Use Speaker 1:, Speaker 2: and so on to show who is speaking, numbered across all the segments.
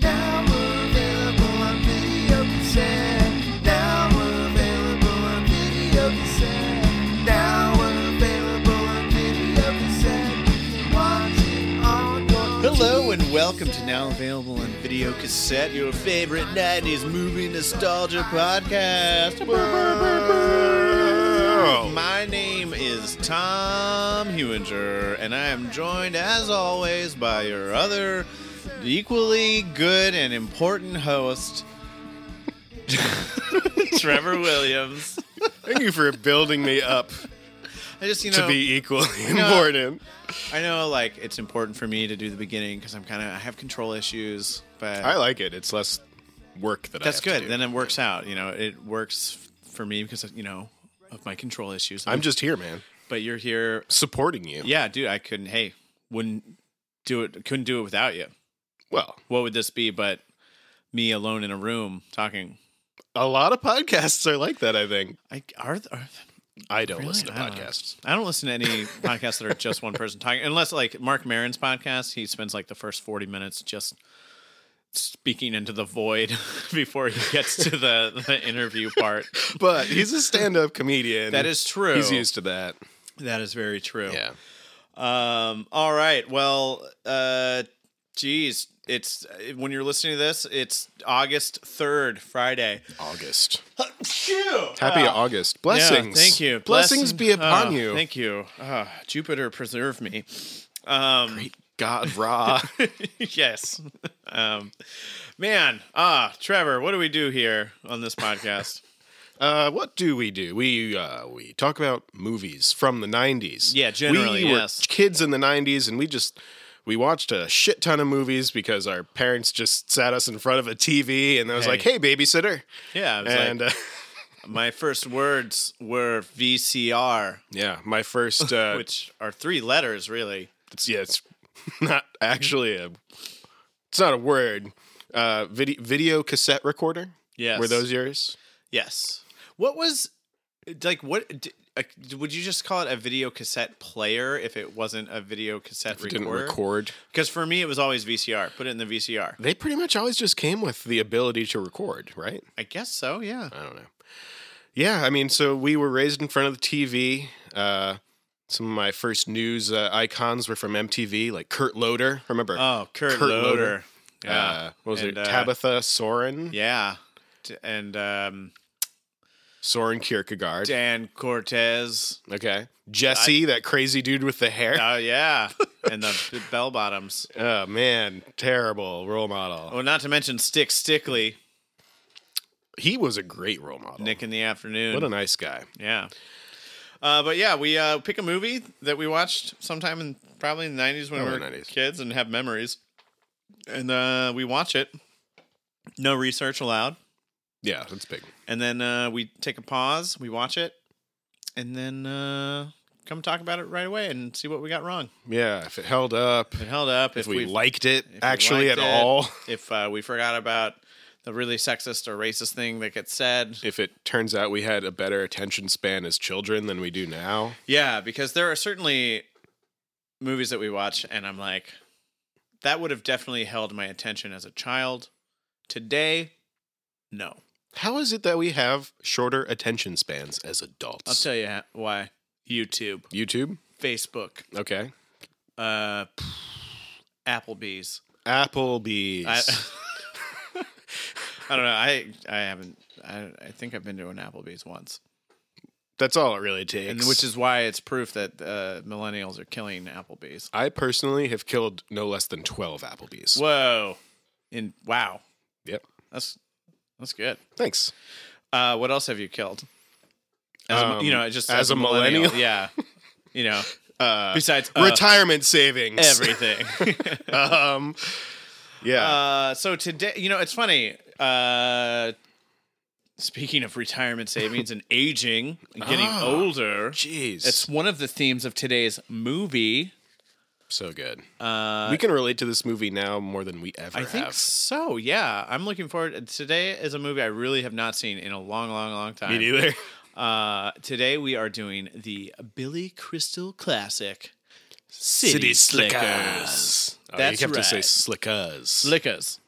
Speaker 1: Now we're available on video cassette. Now we're available on video cassette. Now we're available on video cassette. You can watch it on your
Speaker 2: Hello and welcome to now available on video cassette, your favorite 90s movie nostalgia podcast. My name is Tom Hewinger, and I am joined, as always, by your other equally good and important host, Trevor Williams.
Speaker 3: Thank you for building me up
Speaker 2: I just, you know,
Speaker 3: to be equally
Speaker 2: know-
Speaker 3: important.
Speaker 2: I know like it's important for me to do the beginning because I'm kind of I have control issues, but
Speaker 3: I like it. It's less work that
Speaker 2: That's
Speaker 3: I have to
Speaker 2: good.
Speaker 3: do.
Speaker 2: Then it works out. You know, it works f- for me because you know of my control issues.
Speaker 3: I'm just here, man,
Speaker 2: but you're here.
Speaker 3: supporting you.
Speaker 2: Yeah, dude. I couldn't. Hey, wouldn't do it. Couldn't do it without you.
Speaker 3: Well,
Speaker 2: What would this be but me alone in a room talking?
Speaker 3: a lot of podcasts are like that. I think
Speaker 2: I are. th- are
Speaker 3: I don't
Speaker 2: Really?
Speaker 3: listen to
Speaker 2: I don't know.
Speaker 3: podcasts.
Speaker 2: I don't listen to any podcasts that are just one person talking, unless like Mark Marin's podcast. He spends like the first forty minutes just speaking into the void before he gets to the, the interview part.
Speaker 3: But he's a stand-up comedian.
Speaker 2: That is true.
Speaker 3: He's used to that.
Speaker 2: That is very true.
Speaker 3: Yeah.
Speaker 2: Um. All right. Well. Uh. Geez. It's when you're listening to this. It's August third, Friday.
Speaker 3: August. Happy August. Blessings.
Speaker 2: Ah. Yeah, thank you.
Speaker 3: Blessings
Speaker 2: Blessing-
Speaker 3: be upon
Speaker 2: Oh,
Speaker 3: you.
Speaker 2: Thank you. Ah, Jupiter preserve me. Um.
Speaker 3: Great God, Ra.
Speaker 2: yes. Um. Man. Ah. Trevor. What do we do here on this podcast?
Speaker 3: Uh, what do we do? We uh, we talk about movies from the '90s.
Speaker 2: Yeah, generally,
Speaker 3: we
Speaker 2: yes.
Speaker 3: were kids in the '90s, and we just we watched a shit ton of movies because our parents just sat us in front of a TV, and I was
Speaker 2: Hey.
Speaker 3: like, "Hey, babysitter,"
Speaker 2: yeah. I was
Speaker 3: and
Speaker 2: like,
Speaker 3: uh,
Speaker 2: my first words were VCR,
Speaker 3: yeah, my first uh,
Speaker 2: which are three letters, really.
Speaker 3: it's, yeah, it's not actually a it's not a word. Uh, video video cassette recorder.
Speaker 2: Yes.
Speaker 3: Were those yours?
Speaker 2: Yes. What was like? What d- uh, would you just call it a video cassette player if it wasn't a video cassette
Speaker 3: We
Speaker 2: recorder?
Speaker 3: didn't record.
Speaker 2: Because for me, it was always VCR. Put it in the VCR.
Speaker 3: They pretty much always just came with the ability to record, right?
Speaker 2: I guess so. Yeah.
Speaker 3: I don't know. Yeah, I mean, so we were raised in front of the TV. Uh, some of my first news uh, icons were from MTV, like Kurt Loder. Remember?
Speaker 2: Oh, Kurt,
Speaker 3: Kurt
Speaker 2: Loder.
Speaker 3: Loder.
Speaker 2: Yeah.
Speaker 3: Uh, what was
Speaker 2: And,
Speaker 3: it?
Speaker 2: uh,
Speaker 3: Tabitha Soren.
Speaker 2: yeah. D- And um,
Speaker 3: Soren Kierkegaard.
Speaker 2: Dan Cortez.
Speaker 3: Okay. Jesse, that crazy dude with the hair.
Speaker 2: Oh yeah. and the b- bell bottoms.
Speaker 3: oh man, terrible role model.
Speaker 2: Oh, not to mention Stick Stickly,
Speaker 3: He was a great role model.
Speaker 2: Nick in the afternoon.
Speaker 3: What a nice guy.
Speaker 2: Yeah. Uh, but yeah, we uh, pick a movie that we watched sometime in probably in the 90s when we were
Speaker 3: Probably 90s.
Speaker 2: kids and have memories. And uh, we watch it. No research allowed.
Speaker 3: Yeah, that's big.
Speaker 2: And then uh, we take a pause, we watch it, and then uh, come talk about it right away and see what we got wrong.
Speaker 3: Yeah, if it held up,
Speaker 2: If it held up, if,
Speaker 3: if we
Speaker 2: we've-
Speaker 3: liked it
Speaker 2: if we
Speaker 3: actually
Speaker 2: liked
Speaker 3: at
Speaker 2: it,
Speaker 3: all,
Speaker 2: if uh, we forgot about the really sexist or racist thing that gets said.
Speaker 3: if it turns out we had a better attention span as children than we do now.
Speaker 2: Yeah, because there are certainly movies that we watch, and I'm like, that would have definitely held my attention as a child. Today, no.
Speaker 3: How is it that we have shorter attention spans as adults?
Speaker 2: I'll tell you ha- why. YouTube,
Speaker 3: YouTube,
Speaker 2: Facebook,
Speaker 3: okay.
Speaker 2: uh, Applebee's.
Speaker 3: Applebee's.
Speaker 2: I, I don't know. I I haven't. I, I think I've been to an Applebee's once,
Speaker 3: That's all it really takes.
Speaker 2: and which is why it's proof that uh, millennials are killing Applebee's.
Speaker 3: I personally have killed no less than twelve Applebee's.
Speaker 2: Whoa! And wow,
Speaker 3: Yep.
Speaker 2: that's that's good.
Speaker 3: Thanks.
Speaker 2: Uh, what else have you killed? As a,
Speaker 3: Um,
Speaker 2: you know, just
Speaker 3: as a millennial?
Speaker 2: yeah. You know,
Speaker 3: Uh,
Speaker 2: besides uh,
Speaker 3: retirement savings.
Speaker 2: everything.
Speaker 3: um, yeah.
Speaker 2: uh, so today, you know, it's funny. Uh, Speaking of retirement savings and aging and getting
Speaker 3: Ah,
Speaker 2: older,
Speaker 3: Jeez.
Speaker 2: it's one of the themes of today's movie.
Speaker 3: so good.
Speaker 2: Uh,
Speaker 3: we can relate to this movie now more than we ever
Speaker 2: I think
Speaker 3: have.
Speaker 2: so. Yeah, I'm looking forward. Today is a movie I really have not seen in a long, long, long time.
Speaker 3: Me neither.
Speaker 2: Uh, today we are doing the Billy Crystal classic, City,
Speaker 3: Oh,
Speaker 2: That's
Speaker 3: you have to say
Speaker 2: right.
Speaker 3: slickers.
Speaker 2: Slickers,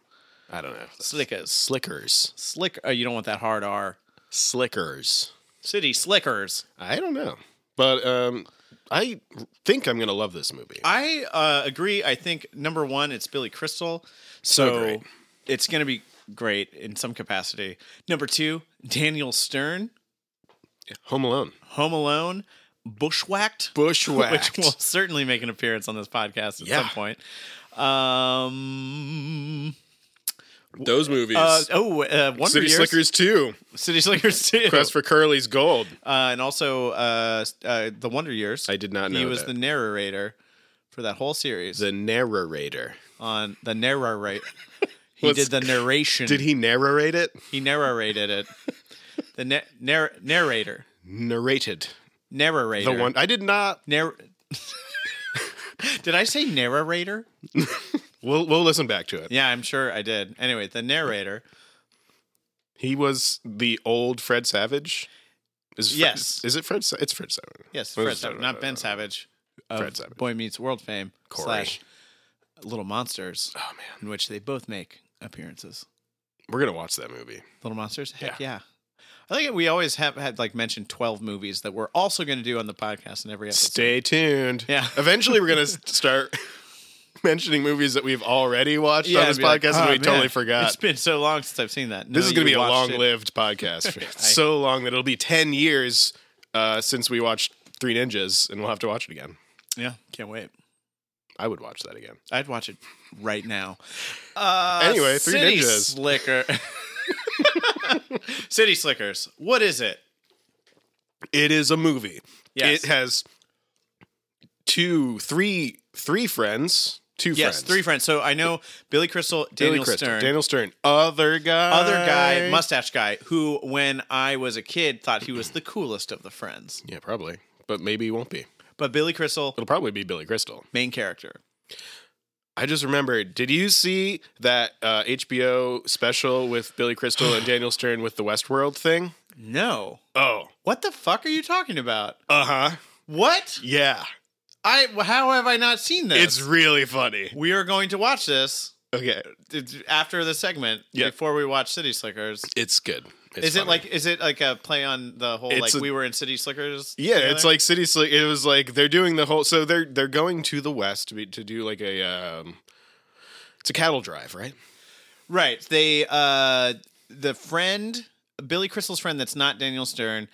Speaker 3: I don't know.
Speaker 2: slickers,
Speaker 3: Slickers.
Speaker 2: slick. Oh, you don't want that hard R.
Speaker 3: Slickers.
Speaker 2: City slickers.
Speaker 3: I don't know. But um, I think I'm going to love this movie.
Speaker 2: I uh, agree. I think number one, it's Billy Crystal,
Speaker 3: So
Speaker 2: so,
Speaker 3: great.
Speaker 2: it's going to be great in some capacity. Number two, Daniel Stern,
Speaker 3: Home Alone.
Speaker 2: Home Alone, Bushwhacked, which
Speaker 3: Bushwhacked.
Speaker 2: will certainly make an appearance on this podcast at
Speaker 3: Yeah.
Speaker 2: some point. Um,
Speaker 3: Those movies.
Speaker 2: uh, oh, uh, Wonder
Speaker 3: City
Speaker 2: Years,
Speaker 3: Slickers 2.
Speaker 2: City Slickers too,
Speaker 3: Quest for Curly's Gold.
Speaker 2: uh, and also uh, s- uh, the Wonder Years.
Speaker 3: I did not know
Speaker 2: He was
Speaker 3: that.
Speaker 2: the narrator for that whole series
Speaker 3: The narrator.
Speaker 2: on the narrator. He
Speaker 3: What's-
Speaker 2: did the narration.
Speaker 3: Did he narrate it?
Speaker 2: He narrated it. The na- nar- narrator.
Speaker 3: Narrated.
Speaker 2: Narrator.
Speaker 3: The one I did not.
Speaker 2: Nar- did I say narrator?
Speaker 3: We'll we'll listen back to it.
Speaker 2: Yeah, I'm sure I did. Anyway, the narrator.
Speaker 3: He was the old Fred Savage. Is Fred,
Speaker 2: Yes.
Speaker 3: Is it Fred? Sa- It's Fred Savage.
Speaker 2: Yes,
Speaker 3: What
Speaker 2: Fred
Speaker 3: is
Speaker 2: Savage,
Speaker 3: that?
Speaker 2: not Ben Savage. Of
Speaker 3: Fred Savage.
Speaker 2: Boy Meets World fame.
Speaker 3: Corey.
Speaker 2: Slash Little Monsters,
Speaker 3: Oh man,
Speaker 2: in which they both make appearances.
Speaker 3: we're gonna watch that movie.
Speaker 2: Little Monsters? Heck yeah. I think we always have had like mentioned 12 movies that we're also going to do on the podcast in every episode.
Speaker 3: Stay tuned.
Speaker 2: Yeah.
Speaker 3: Eventually, we're gonna s- start mentioning movies that we've already watched on this
Speaker 2: and be like,
Speaker 3: podcast
Speaker 2: "Oh,
Speaker 3: and we
Speaker 2: man,
Speaker 3: totally
Speaker 2: It's
Speaker 3: forgot.
Speaker 2: been so long since I've seen that. No,
Speaker 3: This is gonna
Speaker 2: you
Speaker 3: be a
Speaker 2: watched it.
Speaker 3: long-lived podcast. so long that it'll be ten years uh, since we watched Three Ninjas, and we'll have to watch it again.
Speaker 2: Yeah, can't wait.
Speaker 3: I would watch that again.
Speaker 2: I'd watch it right now. Uh,
Speaker 3: Anyway, Three
Speaker 2: City
Speaker 3: Ninjas.
Speaker 2: Slicker. City Slickers. What is it?
Speaker 3: It is a movie.
Speaker 2: Yes.
Speaker 3: It has two, three, three friends. Two
Speaker 2: Yes,
Speaker 3: friends.
Speaker 2: three friends. So I know Billy Crystal,
Speaker 3: Billy
Speaker 2: Daniel
Speaker 3: Crystal,
Speaker 2: Stern,
Speaker 3: Daniel Stern. Other guy.
Speaker 2: other guy, mustache guy, who when I was a kid thought he was the coolest of the friends.
Speaker 3: Yeah, probably. But maybe he won't be.
Speaker 2: But Billy Crystal,
Speaker 3: It'll probably be Billy Crystal.
Speaker 2: main character.
Speaker 3: I just remembered. Did you see that uh, HBO special with Billy Crystal and Daniel Stern with the Westworld thing?
Speaker 2: No.
Speaker 3: Oh.
Speaker 2: What the fuck are you talking about?
Speaker 3: Uh huh.
Speaker 2: What?
Speaker 3: Yeah.
Speaker 2: I how have I not seen this?
Speaker 3: It's really funny.
Speaker 2: we are going to watch this
Speaker 3: Okay.
Speaker 2: It's after the segment
Speaker 3: Yeah.
Speaker 2: before we watch City Slickers.
Speaker 3: It's good. It's
Speaker 2: is it
Speaker 3: funny.
Speaker 2: like is it like a play on the whole
Speaker 3: It's
Speaker 2: like
Speaker 3: a-
Speaker 2: we were in City Slickers?
Speaker 3: Yeah, it's
Speaker 2: together?
Speaker 3: like city slick. It was like they're doing the whole. So they're they're going to the west to, be, to do like a. Um, it's a cattle drive, right?
Speaker 2: right. They uh the friend Billy Crystal's friend that's not Daniel Stern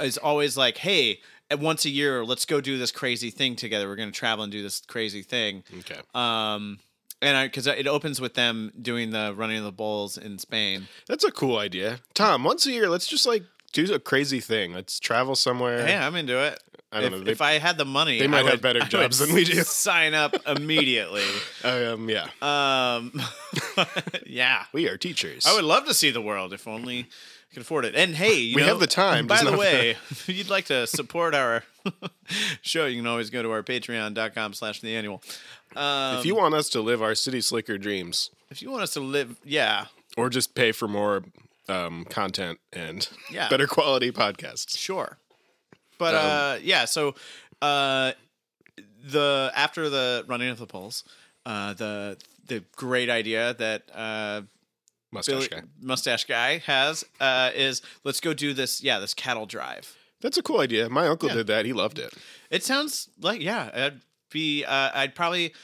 Speaker 2: is always like, hey. uh, Once a year, let's go do this crazy thing together. We're going to travel and do this crazy thing.
Speaker 3: Okay.
Speaker 2: Um, and I, because it opens with them doing the running of the bulls in Spain.
Speaker 3: That's a cool idea, Tom. Once a year, let's just like do a crazy thing. Let's travel somewhere.
Speaker 2: Hey, I'm into it.
Speaker 3: I don't
Speaker 2: if,
Speaker 3: know. They-
Speaker 2: if I had the money,
Speaker 3: they might
Speaker 2: I
Speaker 3: have
Speaker 2: would-
Speaker 3: better
Speaker 2: I would
Speaker 3: jobs than we do.
Speaker 2: Sign up immediately.
Speaker 3: Um, yeah,
Speaker 2: um, yeah,
Speaker 3: we are teachers.
Speaker 2: I would love to see the world if only I could afford it. And hey, you
Speaker 3: We
Speaker 2: know,
Speaker 3: have the time,
Speaker 2: By
Speaker 3: just
Speaker 2: the
Speaker 3: not-
Speaker 2: way, if you'd like to support our show, you can always go to our Patreon.com/slash The Annual. Um,
Speaker 3: if you want us to live our city slicker dreams,
Speaker 2: if you want us to live, yeah,
Speaker 3: or just pay for more um, content and
Speaker 2: Yeah.
Speaker 3: better quality podcasts.
Speaker 2: Sure. But
Speaker 3: Um,
Speaker 2: uh yeah, so uh the after the running of the polls, uh the the great idea that uh
Speaker 3: Mustache
Speaker 2: Billy,
Speaker 3: guy.
Speaker 2: mustache guy has uh is let's go do this yeah, this cattle drive.
Speaker 3: That's a cool idea. My uncle
Speaker 2: Yeah.
Speaker 3: did that. He loved it.
Speaker 2: It sounds like yeah, I'd be uh, I'd probably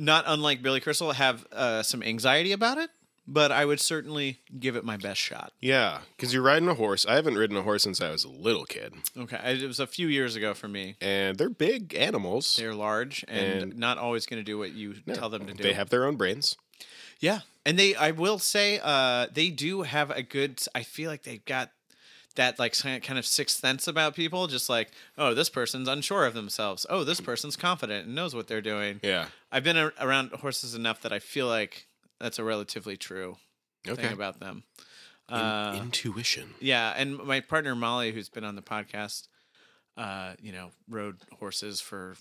Speaker 2: not unlike Billy Crystal have uh some anxiety about it, but I would certainly give it my best shot.
Speaker 3: Yeah, because you're riding a horse. I haven't ridden a horse since I was a little kid.
Speaker 2: Okay, I- it was a few years ago for me.
Speaker 3: and they're big animals.
Speaker 2: They're large and,
Speaker 3: And-
Speaker 2: not always going to do what you
Speaker 3: No,
Speaker 2: tell them to do.
Speaker 3: They have their own brains.
Speaker 2: Yeah, and they I will say uh they do have a good I feel like they've got that like si- kind of sixth sense about people just like oh this person's unsure of themselves. Oh, this person's confident and knows what they're doing.
Speaker 3: Yeah.
Speaker 2: I've been a- around horses enough that I feel like that's a relatively true
Speaker 3: Okay.
Speaker 2: thing about them. Uh,
Speaker 3: Intuition.
Speaker 2: yeah, and my partner Molly, who's been on the podcast, uh, you know, rode horses for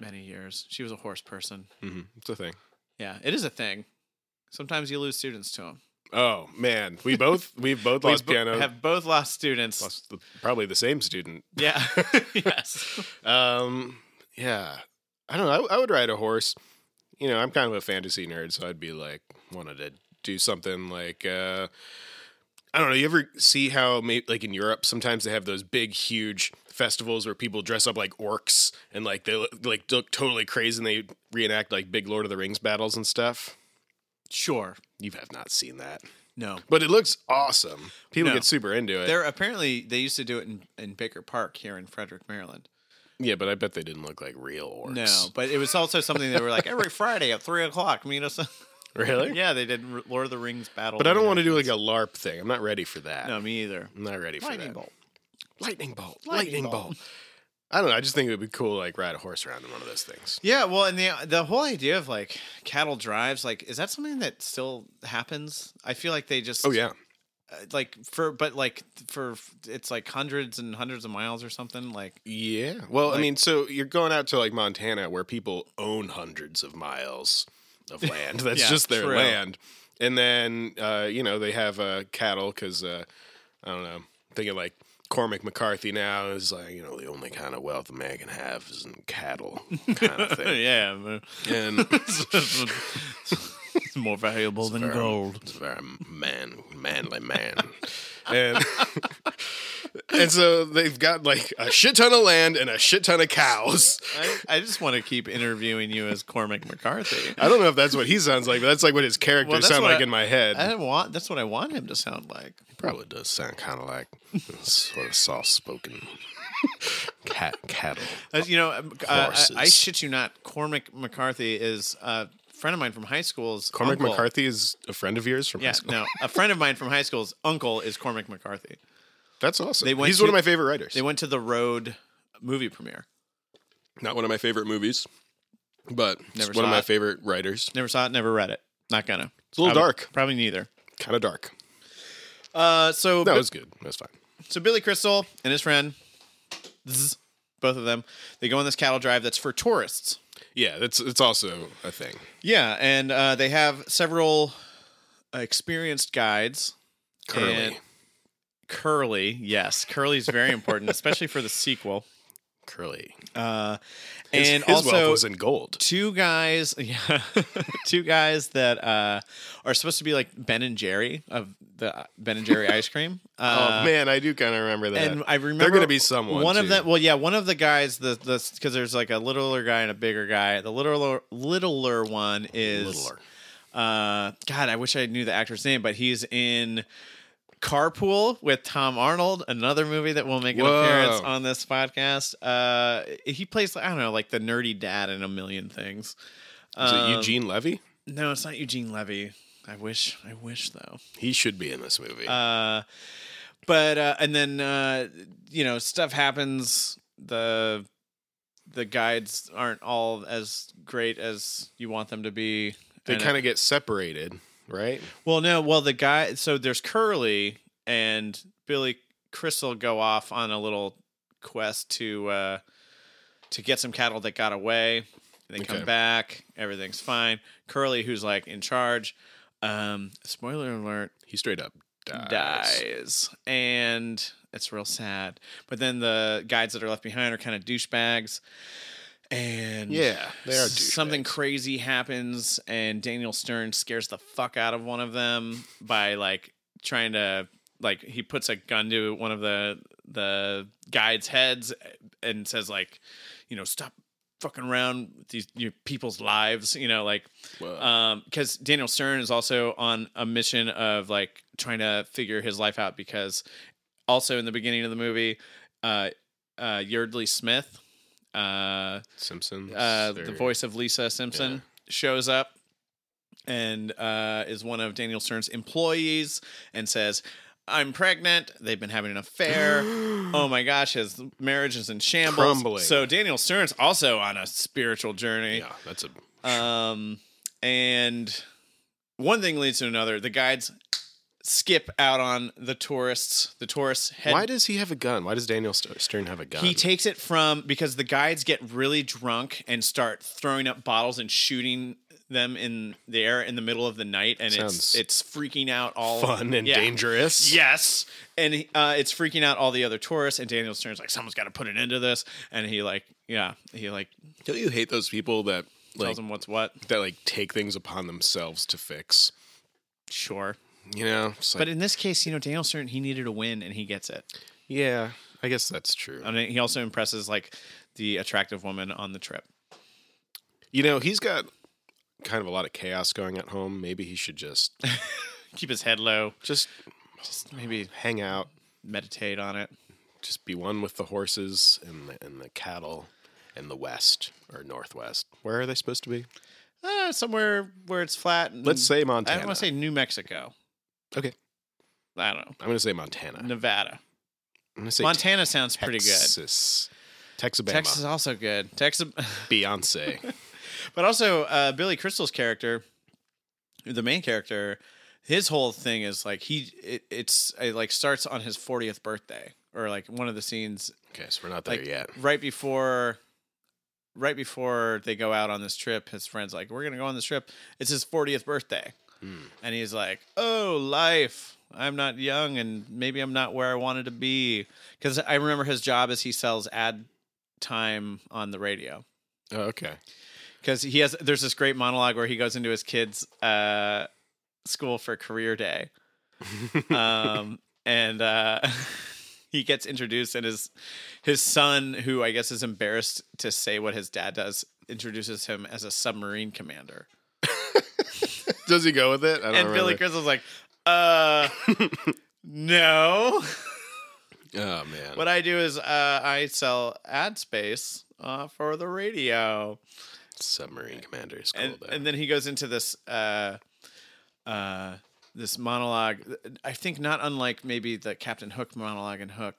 Speaker 2: many years. She was a horse person.
Speaker 3: hmm It's a thing.
Speaker 2: Yeah, it is a thing. Sometimes you lose students to them.
Speaker 3: Oh man, we both we've both lost piano.
Speaker 2: have both lost students.
Speaker 3: lost the, probably the same student.
Speaker 2: Yeah. yes.
Speaker 3: Um, yeah, I don't know. I, I would ride a horse. You know, I'm kind of a fantasy nerd, so I'd be like wanted to do something like uh, I don't know. You ever see how maybe like in Europe sometimes they have those big huge festivals where people dress up like orcs and like they look, like look totally crazy and they reenact like big Lord of the Rings battles and stuff.
Speaker 2: Sure.
Speaker 3: You have not seen that,
Speaker 2: No.
Speaker 3: but it looks awesome. People
Speaker 2: No.
Speaker 3: get super into it.
Speaker 2: They're apparently they used to do it in, in Baker Park here in Frederick, Maryland.
Speaker 3: yeah, but I bet they didn't look like real orcs.
Speaker 2: No, but it was also something they were like every Friday at three o'clock. Meet us.
Speaker 3: really.
Speaker 2: yeah, they did R- Lord of the Rings battle.
Speaker 3: But I don't want to
Speaker 2: to
Speaker 3: do like a LARP thing. I'm not ready for that.
Speaker 2: No, me either.
Speaker 3: I'm not ready for
Speaker 2: Lightning
Speaker 3: that.
Speaker 2: bolt.
Speaker 3: Lightning bolt.
Speaker 2: Lightning
Speaker 3: Lightning,
Speaker 2: bolt.
Speaker 3: bolt. I don't know. I just think it would be cool, like ride a horse around in one of those things.
Speaker 2: Yeah, well, and the the whole idea of like cattle drives, like, is that something that still happens? I feel like they just
Speaker 3: Oh yeah,
Speaker 2: uh, like for but like for it's like hundreds and hundreds of miles or something. Like
Speaker 3: yeah. Well,
Speaker 2: Like-
Speaker 3: I mean, so you're going out to like Montana, where people own hundreds of miles of land. That's
Speaker 2: Yeah,
Speaker 3: just their
Speaker 2: true.
Speaker 3: land, and then uh, you know they have uh, cattle because uh, I don't know. Thinking like Cormac McCarthy now is like you know the only kind of wealth a man can have is in cattle, kind of thing.
Speaker 2: yeah,
Speaker 3: And
Speaker 2: it's more valuable than
Speaker 3: very- It's a very man, manly man. and and so they've got like a shit ton of land and a shit ton of cows.
Speaker 2: I, I just want to keep interviewing you as Cormac McCarthy.
Speaker 3: I don't know if that's what he sounds like, but that's like what his character
Speaker 2: Well, that's
Speaker 3: sounds
Speaker 2: what
Speaker 3: like
Speaker 2: I-
Speaker 3: in my head.
Speaker 2: I don't want. That's what I want him to sound like.
Speaker 3: Probably does sound kind of like sort of soft spoken cat cattle.
Speaker 2: Uh, you know, um, uh, I, I
Speaker 3: Horses.
Speaker 2: shit you not. Cormac McCarthy is a friend of mine from high school's.
Speaker 3: Cormac
Speaker 2: uncle.
Speaker 3: McCarthy is a friend of yours from high
Speaker 2: Yeah,
Speaker 3: school.
Speaker 2: no, a friend of mine from high school's uncle is Cormac McCarthy.
Speaker 3: That's awesome.
Speaker 2: They went
Speaker 3: He's one
Speaker 2: to-
Speaker 3: of my favorite writers.
Speaker 2: They went to the Road movie premiere.
Speaker 3: Not one of my favorite movies, but it's
Speaker 2: Never
Speaker 3: one
Speaker 2: saw
Speaker 3: of my
Speaker 2: it.
Speaker 3: favorite writers.
Speaker 2: Never saw it. Never read it. Not gonna.
Speaker 3: It's a little
Speaker 2: Probably-
Speaker 3: dark.
Speaker 2: Probably neither.
Speaker 3: Kind of dark.
Speaker 2: Uh, so
Speaker 3: That
Speaker 2: Bi-
Speaker 3: was good. That's fine.
Speaker 2: so Billy Crystal and his friend, zzz, both of them, they go on this cattle drive that's for tourists.
Speaker 3: Yeah, that's it's also a thing.
Speaker 2: Yeah, and uh, they have several uh, experienced guides.
Speaker 3: Curly.
Speaker 2: And- Curly, yes, Curly is very important, especially for the sequel.
Speaker 3: Curly.
Speaker 2: Uh,
Speaker 3: His-
Speaker 2: and
Speaker 3: his
Speaker 2: also
Speaker 3: wealth was in gold.
Speaker 2: two guys, yeah, two guys that uh, are supposed to be like Ben and Jerry of the uh, Ben and Jerry ice cream. Uh,
Speaker 3: oh man, I do kind of remember that.
Speaker 2: And I remember
Speaker 3: they're going to be someone.
Speaker 2: One of
Speaker 3: too.
Speaker 2: them, well, yeah, one of the guys, the the because there's like a littler guy and a bigger guy. The littler littler one is
Speaker 3: Littler.
Speaker 2: uh God, I wish I knew the actor's name, but he's in Carpool with Tom Arnold, another movie that will make an
Speaker 3: Whoa.
Speaker 2: appearance on this podcast. Uh he plays I don't know, like the nerdy dad in a million things.
Speaker 3: Is
Speaker 2: Um,
Speaker 3: it Eugene Levy?
Speaker 2: No, it's not Eugene Levy. I wish I wish though.
Speaker 3: He should be in this movie.
Speaker 2: Uh, but uh, and then uh, you know stuff happens. The the guides aren't all as great as you want them to be.
Speaker 3: they kind of get separated, right?
Speaker 2: well, no, well the guy. So there's Curly and Billy Crystal go off on a little quest to uh, to get some cattle that got away. They come
Speaker 3: Okay.
Speaker 2: back. Everything's fine. Curly, who's like in charge. Um, spoiler alert:
Speaker 3: He straight up dies.
Speaker 2: dies. And it's real sad. But then the guides that are left behind are kind of douchebags. And
Speaker 3: Yeah, they are
Speaker 2: something crazy happens, and Daniel Stern scares the fuck out of one of them by like trying to like he puts a gun to one of the the guides' heads and says like, you know, stop fucking around with these your people's lives, you know, like
Speaker 3: Whoa.
Speaker 2: um because daniel stern is also on a mission of like trying to figure his life out because also in the beginning of the movie uh uh yardley smith uh
Speaker 3: Simpsons.
Speaker 2: uh
Speaker 3: they're-
Speaker 2: the voice of lisa simpson
Speaker 3: Yeah.
Speaker 2: shows up and uh is one of daniel stern's employees and says i'm pregnant they've been having an affair oh my gosh his marriage is in shambles
Speaker 3: Crumbling.
Speaker 2: so daniel stern's also on a spiritual journey
Speaker 3: Yeah, that's a.
Speaker 2: um, and one thing leads to another. The guides skip out on the tourists. The tourists head
Speaker 3: Why does he have a gun? Why does Daniel St- Stern have a gun?
Speaker 2: He takes it from because the guides get really drunk and start throwing up bottles and shooting them in the air in the middle of the night, and it's
Speaker 3: Sounds
Speaker 2: it's freaking out all
Speaker 3: fun and
Speaker 2: Yeah.
Speaker 3: dangerous.
Speaker 2: Yes, and uh, it's freaking out all the other tourists. And Daniel Stern's like, "Someone's got to put an end to this." And he like, yeah, he like
Speaker 3: Don't you hate those people that
Speaker 2: tells
Speaker 3: like
Speaker 2: him what's what.
Speaker 3: that like take things upon themselves to fix?
Speaker 2: Sure,
Speaker 3: You know, It's like,
Speaker 2: but in this case, you know, Daniel Stern he needed a win, and he gets it.
Speaker 3: yeah, I guess that's true.
Speaker 2: And he also impresses like the attractive woman on the trip.
Speaker 3: You know, he's got kind of a lot of chaos going at home. Maybe he should just
Speaker 2: Keep his head low,
Speaker 3: just
Speaker 2: just maybe
Speaker 3: hang out,
Speaker 2: meditate on it.
Speaker 3: just be one with the horses and the, and the cattle and the west or northwest. Where are they supposed to be?
Speaker 2: Uh, somewhere where it's flat. And
Speaker 3: Let's say
Speaker 2: Mm, I
Speaker 3: Montana.
Speaker 2: don't want to say New Mexico.
Speaker 3: okay.
Speaker 2: I don't know.
Speaker 3: I'm going to say Montana.
Speaker 2: Nevada.
Speaker 3: I'm going to say
Speaker 2: Montana sounds pretty good.
Speaker 3: Texas. Texabama.
Speaker 2: Texas is also good. Texas,
Speaker 3: Beyonce.
Speaker 2: but also uh, Billy Crystal's character, the main character, his whole thing is like he it, it's it like starts on his 40th birthday or like one of the scenes
Speaker 3: okay, so we're not there
Speaker 2: like
Speaker 3: yet.
Speaker 2: right before right before they go out on this trip his friends like we're gonna go on this trip it's his 40th birthday
Speaker 3: Hmm.
Speaker 2: and he's like oh life i'm not young and maybe i'm not where i wanted to be because i remember his job is he sells ad time on the radio
Speaker 3: Oh, okay.
Speaker 2: because he has there's this great monologue where he goes into his kids uh school for career day um and uh he gets introduced and his his son who i guess is embarrassed to say what his dad does introduces him as a submarine commander
Speaker 3: Does he go with it? I don't
Speaker 2: and billy crystal's like uh no
Speaker 3: Oh man.
Speaker 2: what i do is uh i sell ad space uh for the radio
Speaker 3: Submarine commander is cool
Speaker 2: and,
Speaker 3: though.
Speaker 2: and then he goes into this uh uh this monologue i think not unlike maybe the captain hook monologue in hook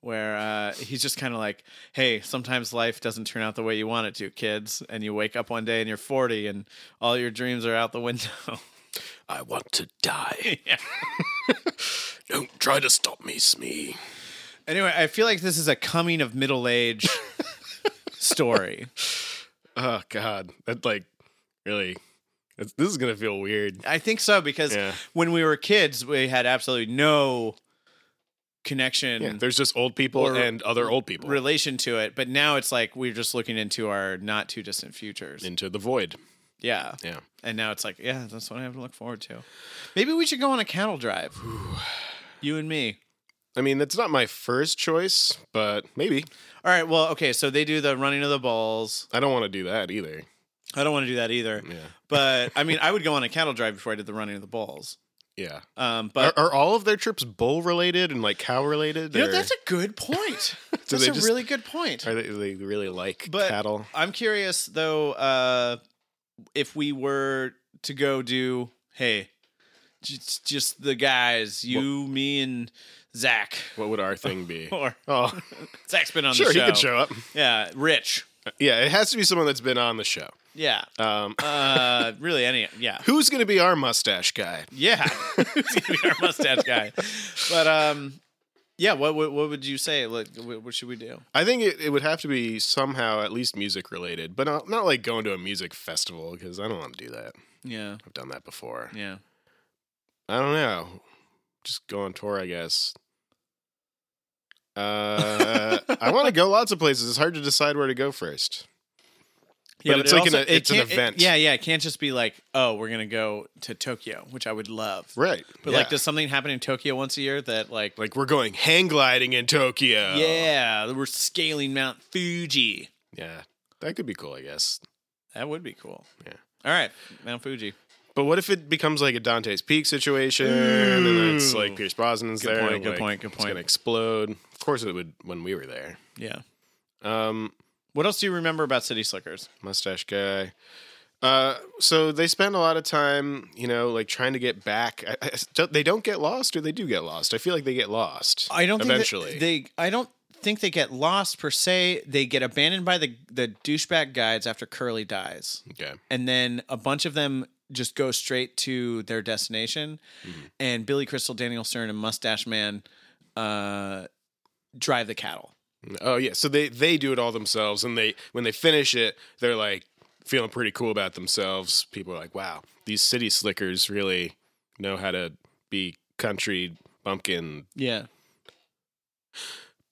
Speaker 2: where uh, he's just kind of like, "Hey, sometimes life doesn't turn out the way you want it to, kids." And you wake up one day and you're 40, and all your dreams are out the window.
Speaker 3: I want to die. Don't try to stop me, Smee.
Speaker 2: anyway, I feel like this is a coming of middle age story.
Speaker 3: Oh God, that like really. That's, this is gonna feel weird.
Speaker 2: I think so because
Speaker 3: Yeah.
Speaker 2: when we were kids, we had absolutely no connection.
Speaker 3: Yeah, there's just old people
Speaker 2: Or-
Speaker 3: and other old people
Speaker 2: relation to it, but now it's like we're just looking into our not too distant futures.
Speaker 3: into the void.
Speaker 2: yeah.
Speaker 3: Yeah,
Speaker 2: And now it's like, yeah, that's what I have to look forward to. Maybe we should go on a cattle drive. you and me.
Speaker 3: I mean that's not my first choice, but maybe
Speaker 2: All right. Well, okay. So they do the running of the bulls.
Speaker 3: I don't want to do that either.
Speaker 2: I don't want to do that either.
Speaker 3: Yeah,
Speaker 2: But I mean, I would go on a cattle drive before I did the running of the bulls.
Speaker 3: yeah.
Speaker 2: Um, but
Speaker 3: are, are all of their trips bull related and like cow related?
Speaker 2: you know,
Speaker 3: or
Speaker 2: that's a good point. that's
Speaker 3: they
Speaker 2: a
Speaker 3: just-
Speaker 2: really good point.
Speaker 3: are they, they really like
Speaker 2: But-
Speaker 3: cattle?
Speaker 2: I'm curious though, uh, if we were to go do, hey, just, just the guys, you, me, and Zach,
Speaker 3: What would our thing be?
Speaker 2: or
Speaker 3: oh,
Speaker 2: Zach's been on
Speaker 3: sure,
Speaker 2: the
Speaker 3: he
Speaker 2: show.
Speaker 3: could show up.
Speaker 2: Yeah, Rich.
Speaker 3: Yeah, it has to be someone that's been on the show.
Speaker 2: Yeah.
Speaker 3: Um,
Speaker 2: Uh, really, any? Yeah,
Speaker 3: who's gonna be our mustache guy?
Speaker 2: yeah. He's gonna be our mustache guy. But um, yeah. What what, what would you say? Like, what, what should we do?
Speaker 3: I think it, it would have to be somehow at least music related, but not, not like going to a music festival because I don't want to do that.
Speaker 2: Yeah.
Speaker 3: I've done that before.
Speaker 2: Yeah.
Speaker 3: I don't know. Just go on tour, I guess. Uh, I want to go lots of places. It's hard to decide where to go first. But it's
Speaker 2: it
Speaker 3: like an-
Speaker 2: also- it
Speaker 3: it's an
Speaker 2: can't- it-
Speaker 3: event.
Speaker 2: yeah, yeah. It can't just be like, oh, we're gonna go to Tokyo, which I would love.
Speaker 3: Right.
Speaker 2: But like, does something happen in Tokyo once a year that like,
Speaker 3: Like we're going hang gliding in
Speaker 2: uh,
Speaker 3: Tokyo.
Speaker 2: yeah, we're scaling Mount Fuji.
Speaker 3: Yeah. That could be cool, I guess.
Speaker 2: That would be cool.
Speaker 3: Yeah.
Speaker 2: All right, Mount Fuji.
Speaker 3: But what if it becomes like a Dante's Peak situation, and it's like Pierce Brosnan's
Speaker 2: Good
Speaker 3: there?
Speaker 2: point, good
Speaker 3: like,
Speaker 2: point, good
Speaker 3: It's
Speaker 2: point.
Speaker 3: gonna explode. Of course, it would when we were there.
Speaker 2: Yeah.
Speaker 3: Um,
Speaker 2: What else do you remember about City Slickers?
Speaker 3: mustache guy. Uh, so they spend a lot of time, you know, like trying to get back. I, I- don't- they don't get lost, or they do get lost. I feel like they get lost.
Speaker 2: I don't
Speaker 3: eventually.
Speaker 2: think that they. I don't think they get lost per se. They get abandoned by the the douchebag guides after Curly dies,
Speaker 3: okay.
Speaker 2: and then a bunch of them just go straight to their destination. And Billy Crystal, Daniel Stern, and Mustache Man uh, drive the cattle.
Speaker 3: Oh yeah, so they they do it all themselves, and they when they finish it, they're like feeling pretty cool about themselves. People are like, "Wow, these city slickers really know how to be country bumpkin."
Speaker 2: Yeah.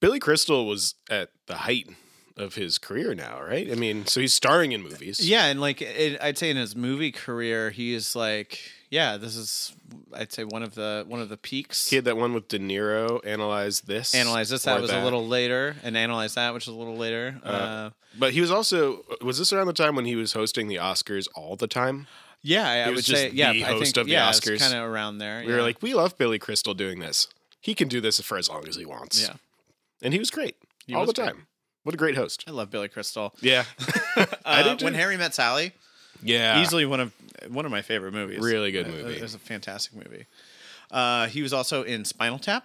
Speaker 3: Billy Crystal was at the height of his career now, right? I mean, so he's starring in movies.
Speaker 2: Yeah, and like it, I'd say in his movie career, he is like, yeah, this is I'd say one of the one of the peaks.
Speaker 3: he had that one with De Niro. Analyze this.
Speaker 2: analyze this.
Speaker 3: or
Speaker 2: That was a little later, and analyze that, which is a little later. Uh,
Speaker 3: But he was also was this around the time when he was hosting the Oscars all the time?
Speaker 2: yeah, I, I
Speaker 3: was
Speaker 2: would
Speaker 3: just
Speaker 2: say yeah.
Speaker 3: the
Speaker 2: I
Speaker 3: host
Speaker 2: think
Speaker 3: of the
Speaker 2: yeah,
Speaker 3: Oscars.
Speaker 2: kind of around there.
Speaker 3: We were like, we love Billy Crystal doing this. He can do this for as long as he wants.
Speaker 2: yeah,
Speaker 3: and he was great all
Speaker 2: was
Speaker 3: the
Speaker 2: great.
Speaker 3: time. What a great host.
Speaker 2: I love Billy Crystal.
Speaker 3: Yeah,
Speaker 2: I
Speaker 3: do
Speaker 2: did
Speaker 3: too.
Speaker 2: when Harry Met Sally.
Speaker 3: yeah.
Speaker 2: easily one of one of my favorite movies.
Speaker 3: Really good
Speaker 2: Uh,
Speaker 3: movie.
Speaker 2: It was a fantastic movie. Uh, he was also in Spinal Tap.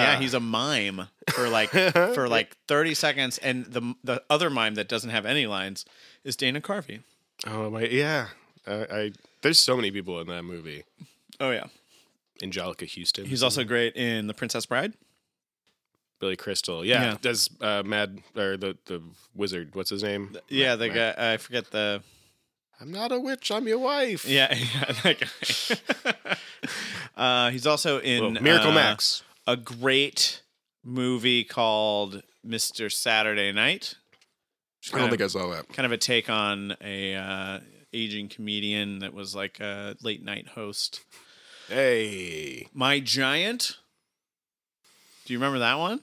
Speaker 2: yeah, he's a mime for like for like thirty seconds, and the the other mime that doesn't have any lines is Dana Carvey.
Speaker 3: Oh my, yeah. I, I there's so many people in that movie.
Speaker 2: Oh yeah,
Speaker 3: Angelica Houston.
Speaker 2: he's also great in The Princess Bride.
Speaker 3: Billy Crystal. Yeah,
Speaker 2: Yeah.
Speaker 3: does uh, Mad or the the wizard? What's his name?
Speaker 2: Yeah, the
Speaker 3: Ma-
Speaker 2: guy I forget the
Speaker 3: I'm not a witch. I'm your wife.
Speaker 2: yeah yeah that guy. uh, he's also
Speaker 3: Whoa,
Speaker 2: in
Speaker 3: Miracle
Speaker 2: uh,
Speaker 3: Max.
Speaker 2: a great movie called Mister Saturday Night.
Speaker 3: I don't think I saw that.
Speaker 2: kind of a take on a uh, aging comedian that was like a late night host.
Speaker 3: Hey,
Speaker 2: My Giant. Do you remember that one?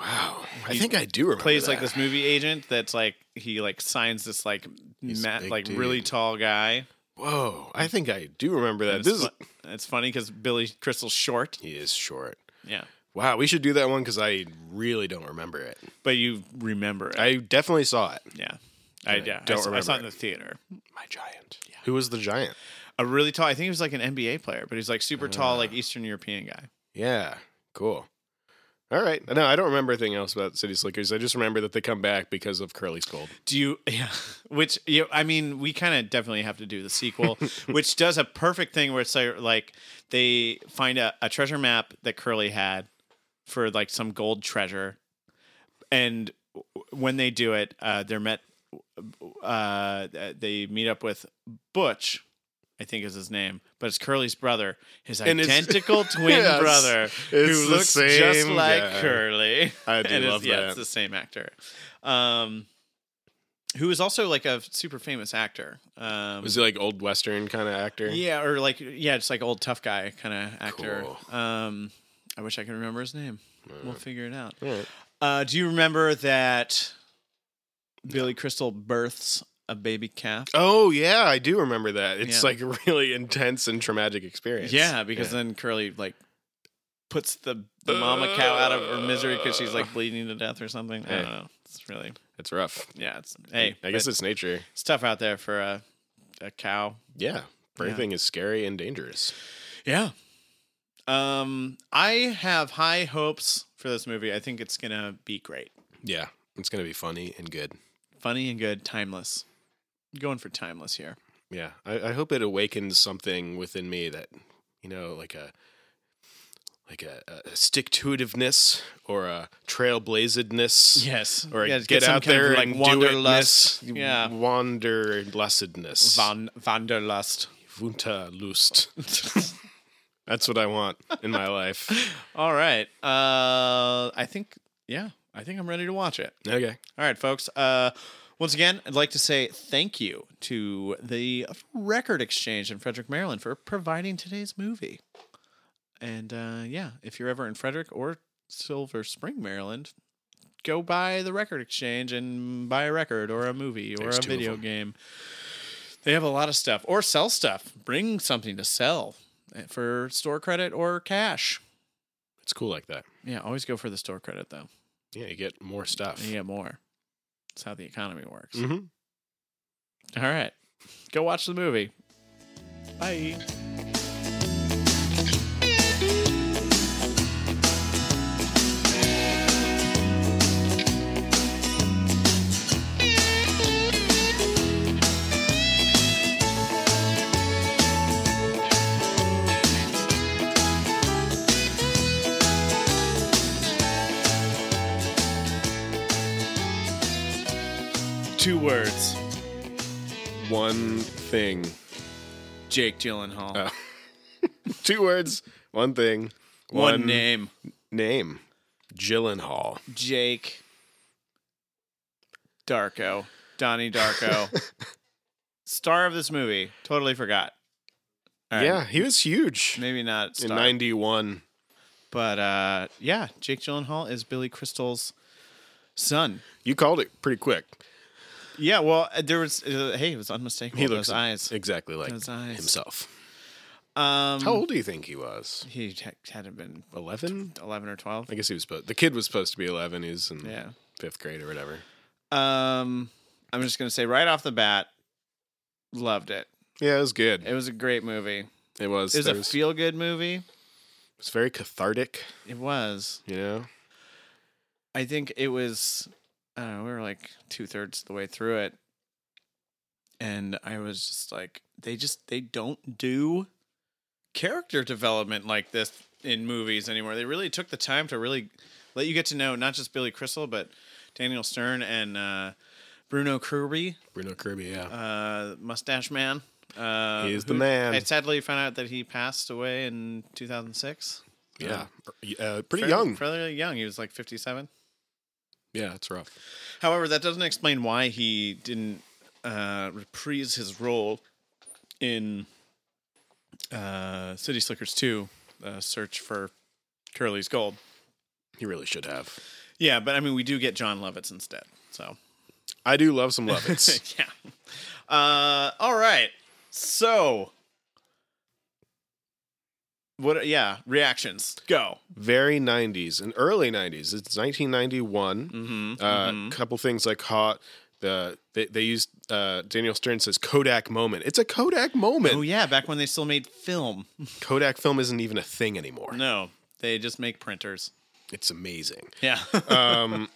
Speaker 3: wow. I
Speaker 2: He
Speaker 3: think I do remember.
Speaker 2: Plays
Speaker 3: that.
Speaker 2: like this movie agent that's like he like signs this like
Speaker 3: He's a
Speaker 2: ma-
Speaker 3: big
Speaker 2: like
Speaker 3: dude.
Speaker 2: really tall guy.
Speaker 3: Whoa, I think I do remember that.
Speaker 2: And
Speaker 3: This
Speaker 2: it's,
Speaker 3: is
Speaker 2: fu- it's funny because Billy Crystal's short.
Speaker 3: he is short.
Speaker 2: Yeah,
Speaker 3: Wow, we should do that one because I really don't remember it.
Speaker 2: but you remember it.
Speaker 3: I definitely saw it.
Speaker 2: yeah, I
Speaker 3: I
Speaker 2: yeah.
Speaker 3: don't
Speaker 2: I, saw- I saw it in
Speaker 3: remember
Speaker 2: the theater.
Speaker 3: My giant. Who was the giant?
Speaker 2: A really tall. I think he was like an NBA player, but he's like super tall, like Eastern European guy.
Speaker 3: Yeah, cool. All right. No, I don't remember anything else about City Slickers. I just remember that they come back because of Curly's cold.
Speaker 2: Do you? Yeah. Which you? I mean, we kind of definitely have to do the sequel, which does a perfect thing where it's like, like they find a, a treasure map that Curly had for like some gold treasure, and w- when they do it, uh, they're met. Uh, they meet up with Butch. I think is his name, but it's Curly's brother, his
Speaker 3: And it's-
Speaker 2: identical twin
Speaker 3: Yes,
Speaker 2: brother,
Speaker 3: it's
Speaker 2: who
Speaker 3: the
Speaker 2: looks just
Speaker 3: same
Speaker 2: like
Speaker 3: guy.
Speaker 2: Curly.
Speaker 3: I do
Speaker 2: And it's-
Speaker 3: love
Speaker 2: yeah,
Speaker 3: that.
Speaker 2: it's the same actor. Um, who was also like a super famous actor. Um,
Speaker 3: Was he like old Western kind of actor?
Speaker 2: yeah, or like yeah, it's like old tough guy kind of actor.
Speaker 3: Cool.
Speaker 2: Um, I wish I could remember his name. We'll figure it out.
Speaker 3: All right.
Speaker 2: Uh, do you remember that Billy Crystal births a baby calf?
Speaker 3: Oh yeah, I do remember that. It's
Speaker 2: Yeah.
Speaker 3: like a really intense and traumatic experience.
Speaker 2: yeah, because then Curly like puts the, the mama cow out of her misery because she's like bleeding to death or something. I
Speaker 3: Yeah.
Speaker 2: don't know. It's really
Speaker 3: it's rough.
Speaker 2: yeah. It's hey,
Speaker 3: I guess
Speaker 2: but
Speaker 3: it's nature.
Speaker 2: it's tough out there for a a cow.
Speaker 3: Yeah, birthing is scary and dangerous.
Speaker 2: Yeah. Um, I have high hopes for this movie. I think it's gonna be great,
Speaker 3: Yeah, it's gonna be funny and good.
Speaker 2: funny and good, timeless. Going for timeless here.
Speaker 3: Yeah, I, I hope it awakens something within me that you know, like a like a, a stick to itiveness or a trailblazedness.
Speaker 2: Yes.
Speaker 3: or a
Speaker 2: yeah,
Speaker 3: get,
Speaker 2: some
Speaker 3: out
Speaker 2: kind of,
Speaker 3: there
Speaker 2: like
Speaker 3: and
Speaker 2: wanderlust.
Speaker 3: do it.
Speaker 2: Yeah.
Speaker 3: wanderlustedness.
Speaker 2: Von Vanderlust.
Speaker 3: Wunterlust. That's what I want in my life.
Speaker 2: All right. Uh, I think yeah. I think I'm ready to watch it.
Speaker 3: Okay.
Speaker 2: All right, folks. Uh, once again, I'd like to say thank you to the Record Exchange in Frederick, Maryland for providing today's movie. And uh, yeah, if you're ever in Frederick or Silver Spring, Maryland, go by the Record Exchange and buy a record or a movie or
Speaker 3: There's
Speaker 2: a
Speaker 3: two of
Speaker 2: video
Speaker 3: them.
Speaker 2: game. They have a lot of stuff or sell stuff. Bring something to sell eh, for store credit or cash.
Speaker 3: It's cool like that.
Speaker 2: Yeah, always go for the store credit though.
Speaker 3: Yeah, you get more stuff.
Speaker 2: And you get more. That's how the economy works.
Speaker 3: Mhm.
Speaker 2: All right. Go watch the movie. Bye.
Speaker 4: Thank
Speaker 3: Two words. One thing.
Speaker 2: Jake Gyllenhaal.
Speaker 3: Oh. Two words. One thing.
Speaker 2: one, name.
Speaker 3: Name. Gyllenhaal.
Speaker 2: Jake Darko. Donnie Darko. Star of this movie. Totally forgot. All right.
Speaker 3: Yeah, he was huge
Speaker 2: Maybe not
Speaker 3: in
Speaker 2: star,
Speaker 3: '91.
Speaker 2: but uh, yeah, Jake Gyllenhaal is Billy Crystal's son.
Speaker 3: You called it pretty quick.
Speaker 2: Yeah, well, uh, there was uh, hey, it was unmistakable.
Speaker 3: He
Speaker 2: those
Speaker 3: looks
Speaker 2: eyes.
Speaker 3: exactly like
Speaker 2: Those eyes.
Speaker 3: himself.
Speaker 2: Um,
Speaker 3: How old do you think he was?
Speaker 2: He had- hadn't been
Speaker 3: Eleven?
Speaker 2: eleven or twelve.
Speaker 3: I guess he was supposed. The kid was supposed to be eleven. He was in
Speaker 2: Yeah.
Speaker 3: fifth grade or whatever.
Speaker 2: Um, I'm just gonna say right off the bat, loved it.
Speaker 3: Yeah, it was good.
Speaker 2: It was a great movie.
Speaker 3: It was.
Speaker 2: It was
Speaker 3: there
Speaker 2: a feel good movie.
Speaker 3: it was very cathartic.
Speaker 2: It was.
Speaker 3: You know.
Speaker 2: I think it was. I don't know. We were like two thirds the way through it, and I was just like, they just they don't do character development like this in movies anymore. They really took the time to really let you get to know not just Billy Crystal, but Daniel Stern and uh, Bruno Kirby,
Speaker 3: Bruno Kirby. Yeah.
Speaker 2: uh, Mustache Man. Uh,
Speaker 3: He is the
Speaker 2: who-
Speaker 3: man.
Speaker 2: I sadly found out that he passed away in 2006.
Speaker 3: yeah. Uh, pretty
Speaker 2: Fairly-
Speaker 3: young.
Speaker 2: Fairly young. He was like 57.
Speaker 3: Yeah, it's rough.
Speaker 2: However, that doesn't explain why he didn't uh, reprise his role in uh, City Slickers 2, uh, Search for Curly's Gold.
Speaker 3: He really should have.
Speaker 2: Yeah, but I mean, we do get John Lovitz instead. So,
Speaker 3: I do love some Lovitz.
Speaker 2: yeah. Uh, all right. So, what, yeah, reactions. Go.
Speaker 3: Very 90s and early 90s. It's 1991.
Speaker 2: Mm-hmm.
Speaker 3: Uh, couple things like hot. The they, they used uh, Daniel Stern says Kodak moment. It's a Kodak moment.
Speaker 2: Oh, yeah, back when they still made film.
Speaker 3: Kodak film isn't even a thing anymore.
Speaker 2: No, they just make printers.
Speaker 3: It's amazing.
Speaker 2: Yeah.
Speaker 3: Um,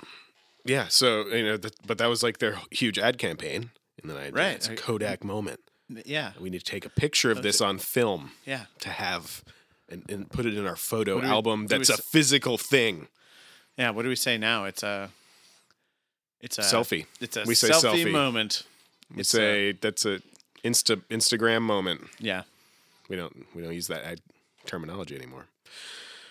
Speaker 3: yeah. So you know, th- but that was like their huge ad campaign. And then I
Speaker 2: Right.
Speaker 3: It's a Kodak moment.
Speaker 2: yeah.
Speaker 3: We need to take a picture of this on film
Speaker 2: Yeah.
Speaker 3: to have and, and put it in our photo
Speaker 2: What do we-
Speaker 3: album.
Speaker 2: what do we
Speaker 3: that's a
Speaker 2: s-
Speaker 3: physical thing.
Speaker 2: Yeah, what do we say now? It's a it's a
Speaker 3: Selfie.
Speaker 2: It's a
Speaker 3: We say
Speaker 2: selfie,
Speaker 3: selfie.
Speaker 2: moment.
Speaker 3: We
Speaker 2: It's uh,
Speaker 3: say that's a Insta Instagram moment.
Speaker 2: Yeah.
Speaker 3: We don't we don't use that ad terminology anymore.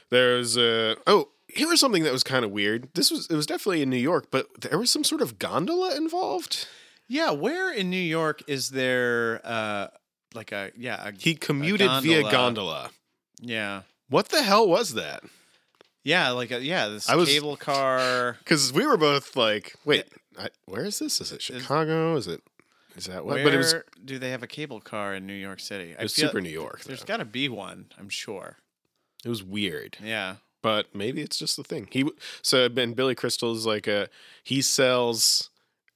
Speaker 3: There's a oh here was something that was kind of weird. This was it was definitely in New York, but there was some sort of gondola involved.
Speaker 2: Yeah, where in New York is there uh like a yeah, a,
Speaker 3: He commuted via
Speaker 2: gondola.
Speaker 3: gondola.
Speaker 2: yeah.
Speaker 3: What the hell was that?
Speaker 2: Yeah, like a, yeah, this
Speaker 3: I was-
Speaker 2: cable car.
Speaker 3: Because we were both like, wait, I, where is this? Is it Chicago? Is it is that what?
Speaker 2: Where
Speaker 3: But it was it
Speaker 2: do they have a cable car in New York City? I
Speaker 3: was
Speaker 2: feel-
Speaker 3: super New York.
Speaker 2: There's
Speaker 3: though.
Speaker 2: got to be one, I'm sure.
Speaker 3: it was weird.
Speaker 2: Yeah.
Speaker 3: but maybe it's just the thing. He w- so and Billy Crystal's like a he sells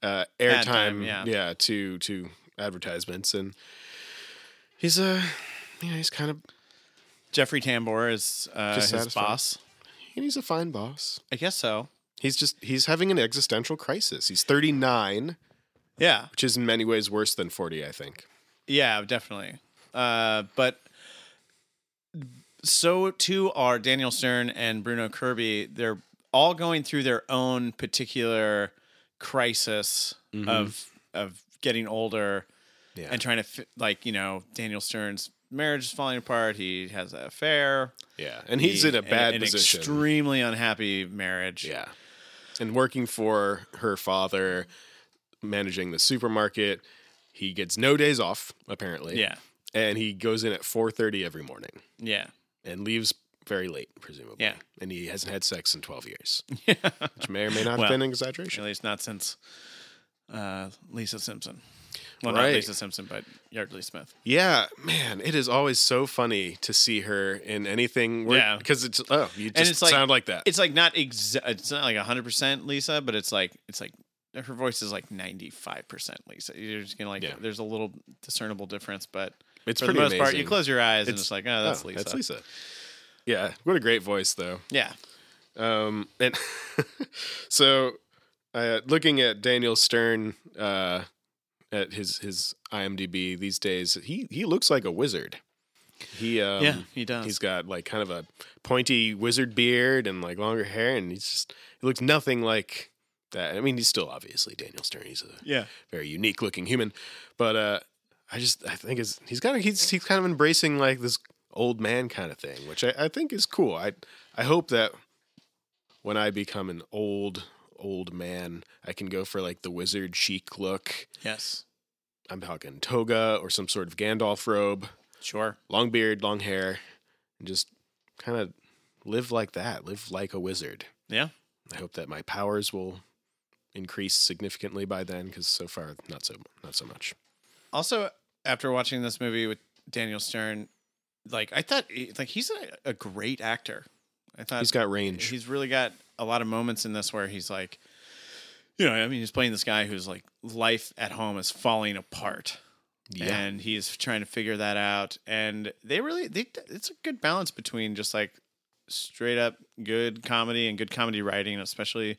Speaker 3: uh
Speaker 2: Ad
Speaker 3: airtime
Speaker 2: time, yeah.
Speaker 3: to to advertisements and he's a you know he's kind of
Speaker 2: Jeffrey Tambor is uh,
Speaker 3: Just
Speaker 2: his
Speaker 3: satisfied.
Speaker 2: boss.
Speaker 3: and he's a fine boss.
Speaker 2: I guess so.
Speaker 3: He's just he's having an existential crisis. He's 39,
Speaker 2: Yeah.
Speaker 3: which is in many ways worse than 40, I think.
Speaker 2: Yeah, definitely. Uh, but so too are Daniel Stern and Bruno Kirby. They're all going through their own particular crisis
Speaker 3: Mm-hmm.
Speaker 2: of of getting older
Speaker 3: Yeah.
Speaker 2: and trying to fit, like you know Daniel Stern's marriage is falling apart. He has an affair.
Speaker 3: Yeah, and he's
Speaker 2: He-
Speaker 3: in a bad
Speaker 2: an
Speaker 3: position.
Speaker 2: Extremely unhappy marriage.
Speaker 3: Yeah. And working for her father, managing the supermarket, he gets no days off apparently.
Speaker 2: Yeah.
Speaker 3: And he goes in at 4:30 every morning
Speaker 2: Yeah.
Speaker 3: and leaves very late presumably.
Speaker 2: Yeah.
Speaker 3: And he hasn't had sex in 12 years. Which may or may not
Speaker 2: Well,
Speaker 3: have been
Speaker 2: At
Speaker 3: an exaggeration.
Speaker 2: least not since uh, Lisa Simpson. Well, not
Speaker 3: Right.
Speaker 2: Lisa Simpson, but Yardley Smith.
Speaker 3: Yeah, man, it is always so funny to see her in anything where
Speaker 2: Yeah.
Speaker 3: cuz it's oh, you just
Speaker 2: it's like-
Speaker 3: sound like that.
Speaker 2: it's like not exa- it's not like 100% lisa but it's like it's like her voice is like 95% lisa you're just gonna like
Speaker 3: Yeah.
Speaker 2: there's a little discernible difference but
Speaker 3: It's
Speaker 2: for
Speaker 3: pretty
Speaker 2: the most part you
Speaker 3: amazing.
Speaker 2: close your eyes and
Speaker 3: It's-
Speaker 2: it's like oh that's lisa
Speaker 3: That's Lisa. Yeah, what a great voice though.
Speaker 2: yeah
Speaker 3: Um, and so, uh, looking at Daniel Stern uh, at his his IMDb these days, he he looks like a wizard. He um,
Speaker 2: yeah he does
Speaker 3: he's got like kind of a pointy wizard beard and like longer hair, and he's just he looks nothing like that. I mean, he's still obviously Daniel Stern. He's a
Speaker 2: Yeah.
Speaker 3: very unique looking human, but uh, I just I think is he's kind of he's he's kind of embracing like this old man kind of thing, which I, I think is cool. I I hope that when I become an old old man, I can go for like the wizard chic look.
Speaker 2: Yes.
Speaker 3: I'm talking toga or some sort of Gandalf robe,
Speaker 2: Sure.
Speaker 3: long beard, long hair, and just kind of live like that. Live like a wizard.
Speaker 2: Yeah.
Speaker 3: I hope that my powers will increase significantly by then, because so far not so not so much.
Speaker 2: Also, after watching this movie with Daniel Stern, like I thought, he- like he's a, a great actor. I thought
Speaker 3: Uh, He's got range.
Speaker 2: he's really got a lot of moments in this where he's like, you know, I mean, he's playing this guy who's like life at home is falling apart.
Speaker 3: yeah,
Speaker 2: and he's trying to figure that out and they really they it's a good balance between just like straight up good comedy and good comedy writing especially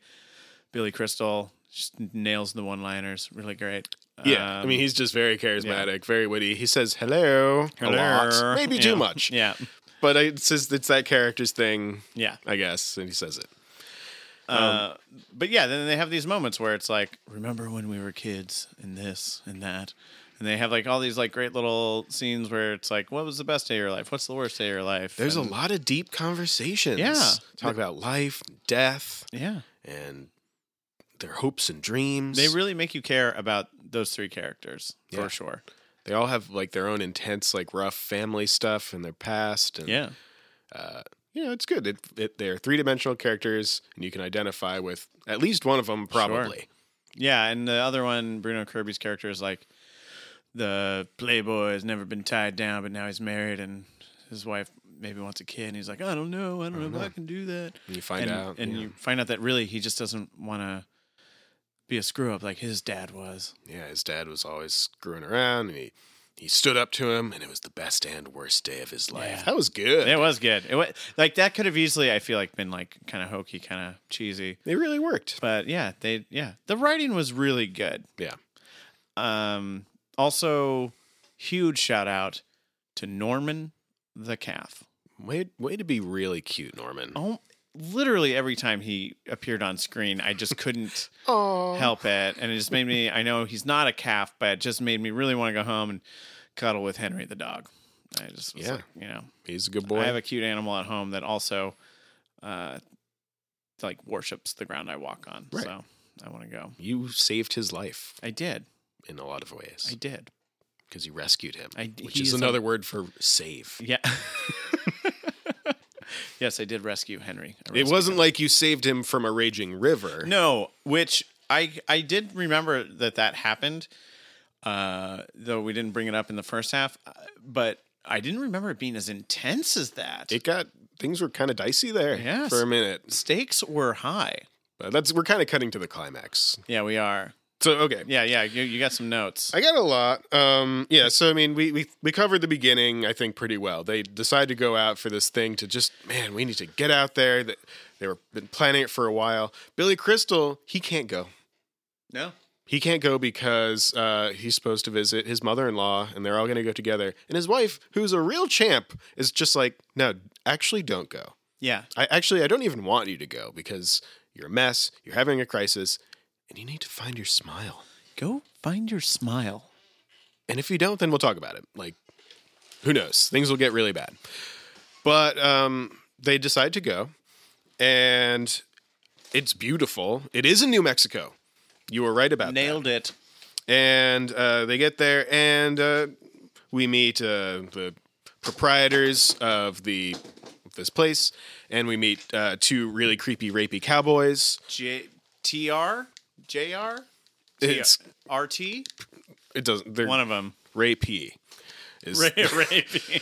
Speaker 2: billy crystal just nails the one liners really great
Speaker 3: yeah. I
Speaker 2: Um,
Speaker 3: mean, he's just very charismatic, very witty. He says hello, a
Speaker 2: Hello.
Speaker 3: lot, maybe
Speaker 2: Yeah.
Speaker 3: too much.
Speaker 2: yeah
Speaker 3: But it's just, it's that character's thing,
Speaker 2: yeah
Speaker 3: I guess, and he says it. Um,
Speaker 2: uh, but yeah then they have these moments where it's like remember when we were kids and this and that and they have like all these like great little scenes where it's like what was the best day of your life what's the worst day of your life
Speaker 3: There's
Speaker 2: And-
Speaker 3: a lot of deep conversations.
Speaker 2: Yeah.
Speaker 3: talk about life, death,
Speaker 2: yeah
Speaker 3: and their hopes and dreams.
Speaker 2: they really make you care about those three characters
Speaker 3: Yeah.
Speaker 2: for sure
Speaker 3: they all have like their own intense, like rough family stuff in their past. And
Speaker 2: Yeah.
Speaker 3: you know, it's good. It, it, they're three dimensional characters, and you can identify with at least one of them, probably.
Speaker 2: Yeah. And the other one, Bruno Kirby's character is like the playboy has never been tied down, but now he's married and his wife maybe wants a kid. And he's like, I don't know. I don't, know if I can do that.
Speaker 3: And you find
Speaker 2: and,
Speaker 3: out,
Speaker 2: And
Speaker 3: yeah.
Speaker 2: you find out that really he just doesn't want to be a screw up like his dad was.
Speaker 3: Yeah, his dad was always screwing around, and he he stood up to him, and it was the best and worst day of his life.
Speaker 2: Yeah.
Speaker 3: That was good.
Speaker 2: It was good. It was like that could have easily, I feel like, been like kind of hokey, kind of cheesy.
Speaker 3: It really worked.
Speaker 2: But yeah, they, yeah, the writing was really good.
Speaker 3: Yeah,
Speaker 2: Um, also, huge shout out to Norman the calf.
Speaker 3: way way to be really cute, Norman.
Speaker 2: Oh, literally every time he appeared on screen, I just couldn't help it, and it just made me. I know he's not a calf, but it just made me really want to go home and cuddle with Henry the dog. I just was
Speaker 3: Yeah.
Speaker 2: like, you know,
Speaker 3: He's a good boy.
Speaker 2: I have a cute animal at home that also, uh, like worships the ground I walk on.
Speaker 3: Right.
Speaker 2: So I want to go.
Speaker 3: you saved his life
Speaker 2: I did.
Speaker 3: in a lot of
Speaker 2: I
Speaker 3: ways
Speaker 2: did.
Speaker 3: because you rescued him,
Speaker 2: I-
Speaker 3: which
Speaker 2: he
Speaker 3: is
Speaker 2: is a-
Speaker 3: another word for save.
Speaker 2: Yeah. yes, I did rescue Henry. I
Speaker 3: It
Speaker 2: rescued
Speaker 3: wasn't like you saved him from a raging river.
Speaker 2: No, which I I did remember that that happened, uh, though we didn't bring it up in the first half. uh, But I didn't remember it being as intense as that.
Speaker 3: it got things were kind of dicey there
Speaker 2: Yes.
Speaker 3: for a minute.
Speaker 2: Stakes were high.
Speaker 3: But that's we're kind of cutting to the climax.
Speaker 2: Yeah, we are.
Speaker 3: So okay,
Speaker 2: Yeah, yeah. You, you got some notes.
Speaker 3: I got a lot. Um, yeah, so I mean, we, we we covered the beginning, I think, pretty well. They decide to go out for this thing to just, man, we need to get out there. That they were been planning it for a while. Billy Crystal, he can't go.
Speaker 2: no.
Speaker 3: He can't go because uh, he's supposed to visit his mother-in-law, and they're all going to go together. And his wife, who's a real champ, is just like, no, actually, don't go.
Speaker 2: Yeah.
Speaker 3: I actually, I don't even want you to go because you're a mess. You're having a crisis, and you need to find your smile.
Speaker 2: Go find your smile.
Speaker 3: And if you don't, then we'll talk about it. Like, who knows? Things will get really bad. But um, they decide to go, and it's beautiful. It is in New Mexico. You were right about
Speaker 2: Nailed it.
Speaker 3: that. And uh, they get there, and uh, we meet uh, the proprietors of the of this place, and we meet uh, two really creepy, rapey cowboys.
Speaker 2: J T R J R
Speaker 3: It's
Speaker 2: R T.
Speaker 3: it doesn't. They're
Speaker 2: uh, One of them.
Speaker 3: rapey. Is,
Speaker 2: Rapey.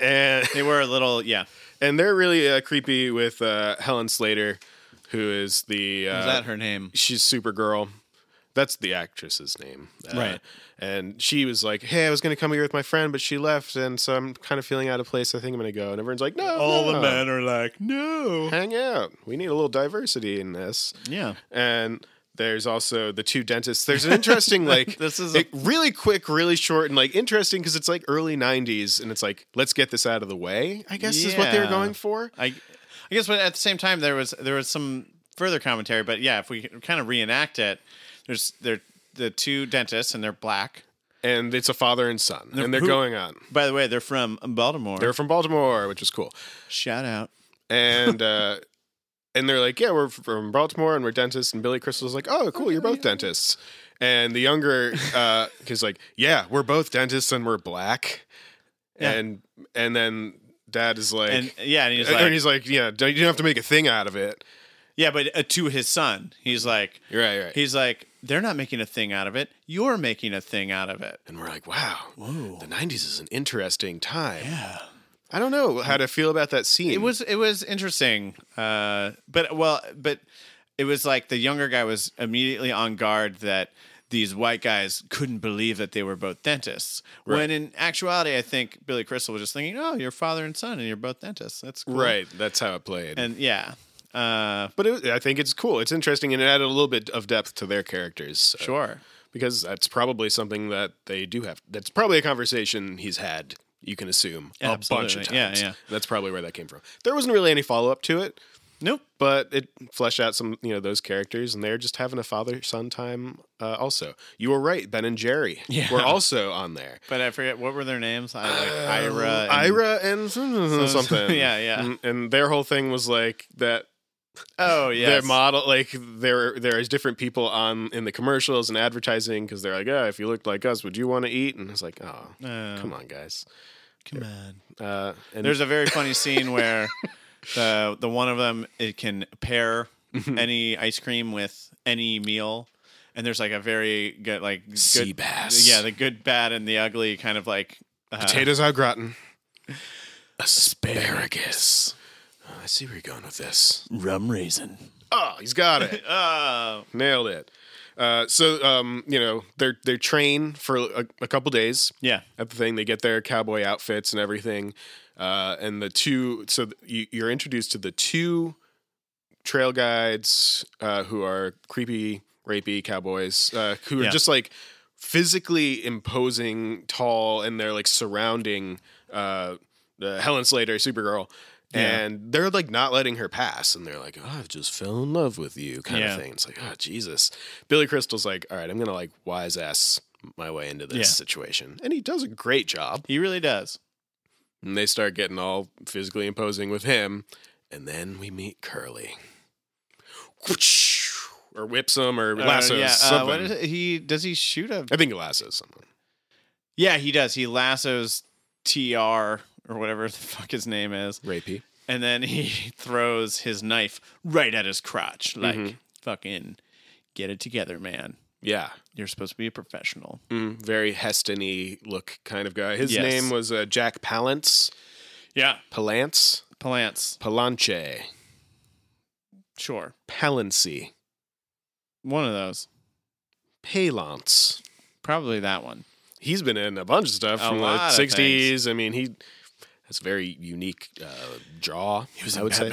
Speaker 3: and
Speaker 2: they were a little. Yeah.
Speaker 3: and they're really uh, creepy with uh, Helen Slater, who is the uh,
Speaker 2: Is that her name?
Speaker 3: she's Supergirl. That's the actress's name, Uh,
Speaker 2: Right.
Speaker 3: And she was like, "Hey, I was going to come here with my friend, but she left, and so I'm kind of feeling out of place. I think I'm going to go." And everyone's like, "No, no,
Speaker 2: are like, no.
Speaker 3: hang out. We need a little diversity in this."
Speaker 2: Yeah.
Speaker 3: and there's also the two dentists. There's an interesting like
Speaker 2: This is a-
Speaker 3: it- really quick, really short, and like interesting because it's like early '90s, and it's like let's get this out of the way. I guess is what they were
Speaker 2: Yeah.
Speaker 3: going for.
Speaker 2: I, I guess, but at the same time, there was there was some further commentary, but yeah, if we kind of reenact it, there's there the two dentists and they're black.
Speaker 3: and it's a father and son, and they're
Speaker 2: who-
Speaker 3: going on.
Speaker 2: By the way, they're from Baltimore.
Speaker 3: They're from Baltimore, which is cool.
Speaker 2: Shout out.
Speaker 3: and uh, and they're like, yeah, we're from Baltimore and we're dentists. And Billy Crystal's like, oh, cool, you're both dentists. And the younger uh, is like, yeah, we're both dentists and we're black.
Speaker 2: Yeah.
Speaker 3: And and then dad is like,
Speaker 2: And yeah, and he's
Speaker 3: and
Speaker 2: like,
Speaker 3: he's like, yeah, don't, you don't have to make a thing out of it.
Speaker 2: yeah, but uh, to his son, he's like,
Speaker 3: You're right, you're right.
Speaker 2: He's like, they're not making a thing out of it. You're making a thing out of it.
Speaker 3: And we're like, wow, whoa, the '90s is an interesting time. Yeah. I don't know how to feel about that scene.
Speaker 2: It was it was interesting, uh, but well, but it was like the younger guy was immediately on guard that these white guys couldn't believe that they were both dentists. When in actuality, I think Billy Crystal was just thinking, "Oh, you're father and son, and you're both dentists. That's cool.
Speaker 3: right. That's how it played.
Speaker 2: And yeah, uh,
Speaker 3: but it, I think it's cool. It's interesting, and it added a little bit of depth to their characters. so-
Speaker 2: sure.
Speaker 3: because that's probably something that they do have. That's probably a conversation he's had. You can assume a bunch of
Speaker 2: Absolutely. Yeah,
Speaker 3: times.
Speaker 2: yeah.
Speaker 3: That's probably where that came from. There wasn't really any follow up to it,
Speaker 2: Nope.
Speaker 3: but it fleshed out some you know those characters, and they're just having a father son time. Uh, also, you were right. Ben and Jerry
Speaker 2: Yeah.
Speaker 3: were also on there.
Speaker 2: But I forget what were their names. I like Ira. and-
Speaker 3: Uh, Um, Ira and something.
Speaker 2: yeah, yeah.
Speaker 3: And- And their whole thing was like that
Speaker 2: Oh
Speaker 3: their
Speaker 2: yeah.
Speaker 3: model like there there is different people on in the commercials and advertising because they're like oh if you looked like us would you want to eat and it's like oh come on guys
Speaker 2: Come on.
Speaker 3: uh and
Speaker 2: There's a very funny scene where the the one of them it can pair
Speaker 3: Mm-hmm.
Speaker 2: any ice cream with any meal, and there's like a very good like good,
Speaker 3: Sea bass.
Speaker 2: Yeah, the good, bad, and the ugly kind of like uh,
Speaker 3: potatoes au gratin asparagus Oh, i see where you're going with this
Speaker 2: rum raisin.
Speaker 3: oh he's got it
Speaker 2: Oh,
Speaker 3: nailed it uh, so um, you know they're they're trained for a, a couple days
Speaker 2: yeah.
Speaker 3: at the thing. They get their cowboy outfits and everything. Uh, and the two, so th- you, you're introduced to the two trail guides uh, who are creepy, rapey cowboys uh, who are
Speaker 2: Yeah.
Speaker 3: just like physically imposing, tall, and they're like surrounding uh, uh, Helen Slater, Supergirl.
Speaker 2: Yeah.
Speaker 3: And they're like not letting her pass, and they're like, "Oh, I just fell in love with you," kind
Speaker 2: Yeah.
Speaker 3: of thing. It's like, "Oh, Jesus." Billy Crystal's like, "All right, I'm gonna like wise ass my way into this
Speaker 2: Yeah.
Speaker 3: situation," and he does a great job.
Speaker 2: He really does.
Speaker 3: And they start getting all physically imposing with him, and then we meet Curly, Whoosh! or whips him or
Speaker 2: Uh,
Speaker 3: lassos
Speaker 2: yeah. Uh,
Speaker 3: something.
Speaker 2: what is it? He does he shoot a?
Speaker 3: I think he lassos someone.
Speaker 2: Yeah, he does. He lassos Tr or whatever the fuck his name is.
Speaker 3: Rapey.
Speaker 2: and then he throws his knife right at his crotch, like
Speaker 3: Mm-hmm.
Speaker 2: fucking get it together, man.
Speaker 3: Yeah.
Speaker 2: You're supposed to be a professional.
Speaker 3: Mm, very Heston-y look kind of guy. His
Speaker 2: Yes.
Speaker 3: name was uh, Jack Palance.
Speaker 2: Yeah,
Speaker 3: Palance.
Speaker 2: Palance,
Speaker 3: Palanche.
Speaker 2: sure,
Speaker 3: Palancy.
Speaker 2: one of those,
Speaker 3: Palance.
Speaker 2: probably that one.
Speaker 3: he's been in a bunch of stuff
Speaker 2: A
Speaker 3: from the
Speaker 2: lot of
Speaker 3: 60s. I mean, he has a very unique uh, jaw. He was I would Say.